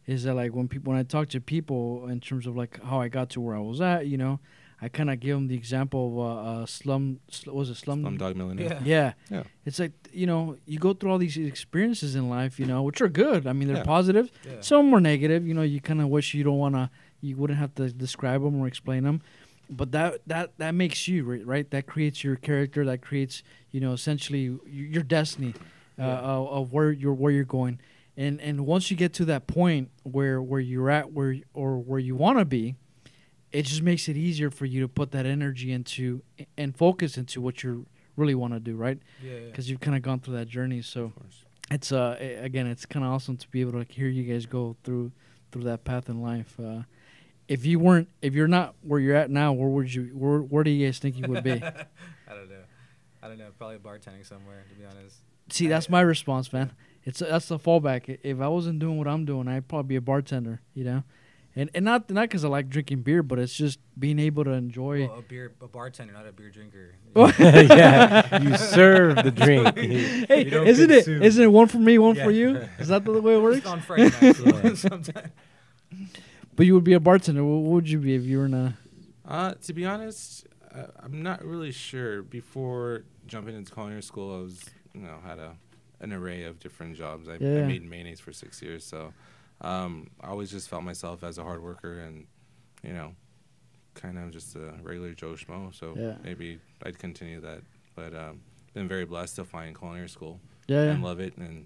is that like when people when i talk to people in terms of like how i got to where i was at you know i kind of give them the example of uh, uh slum sl- was it slum
I'm dog millionaire.
Yeah.
Mm-hmm. yeah
Yeah.
it's like you know you go through all these experiences in life you know which are good i mean they're
Yeah.
positive
Yeah.
some were negative you know you kind of wish you don't want to you wouldn't have to describe them or explain them but that that that makes you ri- right that creates your character that creates you know essentially y- your destiny uh, of, of where you're where you're going and and once you get to that point where where you're at where y- or where you want to be it just makes it easier for you to put that energy into and focus into what you really want to do right
yeah,
because you've kind of gone through that journey. So
course.
it's uh a- again, it's kind of awesome to be able to like, hear you guys go through through that path in life. Uh, if you weren't, if you're not where you're at now, where would you? Where Where do you guys think you would be?
I don't know. I don't know. Probably bartending somewhere, to be honest.
See, that's my response, man. It's that's the fallback. I- If I wasn't doing what I'm doing, I'd probably be a bartender. You know. And, and not not because I like drinking beer, but it's just being able to enjoy.
Well, a beer, a bartender, not a beer drinker.
yeah, you serve the drink.
hey,
you don't
isn't it
consume.
isn't it one for me, one for
Yeah.
you? Is that the way it works?
Just on Friday nights, yeah, sometimes.
But you would be a bartender. What what would you be if you were in a?
Uh, to be honest, uh, I'm not really sure. Before jumping into culinary school, I was, you know, had a an array of different jobs. I,
Yeah.
I made mayonnaise for six years, so um, I always just felt myself as a hard worker and, you know, kind of just a regular Joe Schmo. So
Yeah.
maybe I'd continue that. But um, been very blessed to find culinary school
Yeah, yeah.
and love it and,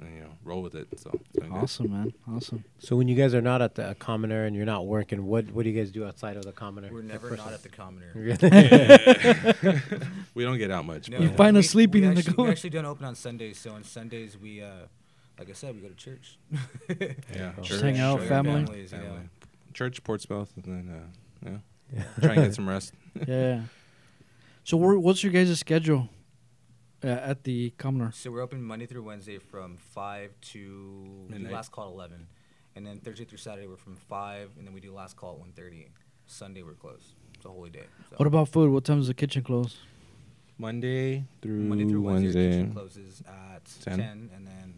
and you know roll with it. So it's been good.
Awesome, man. Awesome.
So when you guys are not at the commoner and you're not working, what what do you guys do outside of the commoner?
We're
The
never
first
not
one.
at the commoner.
we don't get out much.
No,
You
but-
find
we-
us sleeping
we
in the
actually,
corner.
We actually don't open on Sundays, so on Sundays we, uh, like I said, we go to church.
Yeah,
Just hang out,
church,
family.
Families, you know.
family. Church, Portsmouth, and then uh, yeah, try and get some rest.
yeah. So where, what's your guys' schedule uh, at the Commoner?
So we're open Monday through Wednesday from five to we do
Midnight.
last call at eleven, and then Thursday through Saturday we're from five, and then we do last call at one thirty. Sunday we're closed. It's a holy day. So
What about food? What time does the kitchen close?
Monday through
Monday through Wednesday? our
Wednesday.
Kitchen closes at
10.
10. and then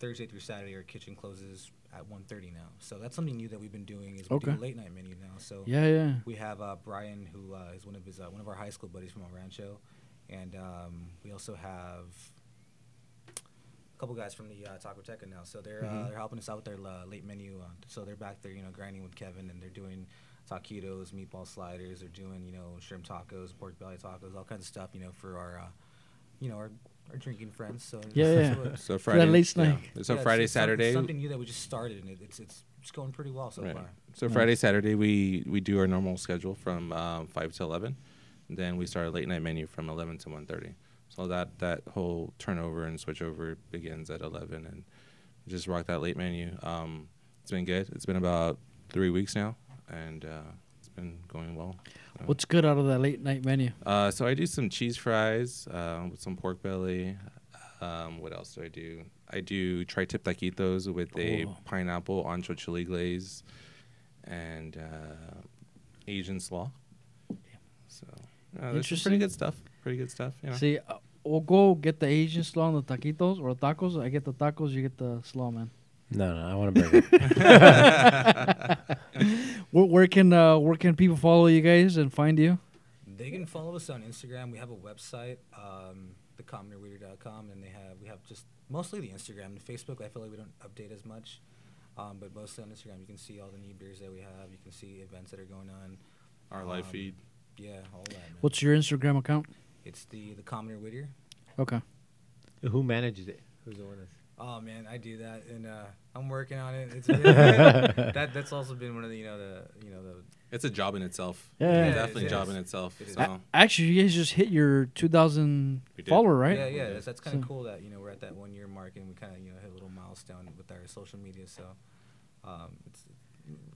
Thursday through Saturday our kitchen closes at one thirty now. So that's something new that we've been doing is we do
Okay.
a late night menu now. So
Yeah, yeah.
We have uh, Brian, who uh, is one of his uh, one of our high school buddies from El Rancho, and um, we also have a couple guys from the uh, Taco Teca now. So they're
Mm-hmm.
uh, they're helping us out with their uh, late menu. Uh, so they're back there, you know, grinding with Kevin, and they're doing taquitos, meatball sliders. They're doing you know shrimp tacos, pork belly tacos, all kinds of stuff, you know, for our uh, you know our, our drinking friends. So
Yeah,
so-
yeah.
so it's-
So Friday,
late
yeah.
snack.
So
yeah, it's-
Friday,
it's something-
Saturday.
something new that we just started, and it, it's it's it's going pretty well so
right.
far.
So Friday, Saturday, we we do our normal schedule from um, five to eleven. Then we start a late night menu from eleven to one thirty. So that that whole turnover and switchover begins at eleven, and just rock that late menu. Um, it's been good. It's been about three weeks now, and uh, it's been going well. So-
What's good out of that late night menu?
Uh, so I do some cheese fries um, with some pork belly. Um, what else do I do? I do tri-tip taquitos with a
Cool.
pineapple ancho chili glaze and uh, Asian slaw. So uh, that's some
Interesting.
pretty good stuff. Pretty good stuff. You know.
See, uh, we'll go get the Asian slaw and the taquitos or tacos. I get the tacos, you get the slaw, man.
No, no, I want a burger.
Where, where can uh, where can people follow you guys and find you?
They can follow us on Instagram. We have a website, um, thecommonerweirder.com, and they have we have just mostly the Instagram. The Facebook, I feel like we don't update as much, um, but mostly on Instagram, you can see all the new beers that we have. You can see events that are going on.
Our live
Um,
feed.
Yeah, all that. Man.
What's your Instagram account?
it's the the commoner Whittier.
Okay.
Who manages it? Who's the one? That's
Oh man, I do that, and uh, I'm working on it. It's really good. that that's also been one of the you know the you know the
It's a job in itself.
Yeah, yeah.
It's
Yeah,
definitely
it
a job
is.
in itself.
It is.
so
Actually, you guys just hit your 2,000
Um, We did.
follower, right?
Yeah, yeah, that's, that's kind of
So-
cool that you know we're at that one year mark and we kind of you know hit a little milestone with our social media. So um, it's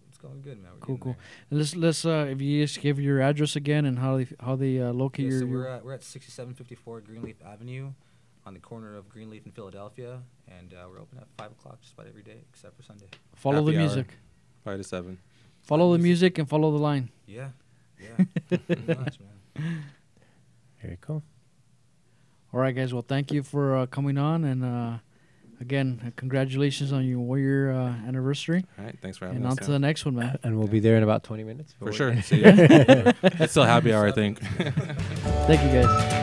it's going good, man. We're
Cool,
getting
cool.
there.
Let's let's uh, if you just give your address again and how they how they uh, locate
Yeah,
your.
so
your-
we're at, we're at 6754 Greenleaf Avenue, on the corner of Greenleaf and Philadelphia, and uh, we're open at five o'clock just about every day except for Sunday.
follow the
happy hour.
music.
five to seven.
Follow the music and follow the line.
Yeah, yeah, pretty much, man.
Very cool.
All right, guys. Well, thank you for uh, coming on, and uh, again, uh, congratulations on your one year uh, anniversary.
All right. Thanks for having
And
us.
on to the next one, man.
And we'll be there in about 20 minutes.
for sure. See you. it's still happy hour, I think.
Thank you, guys.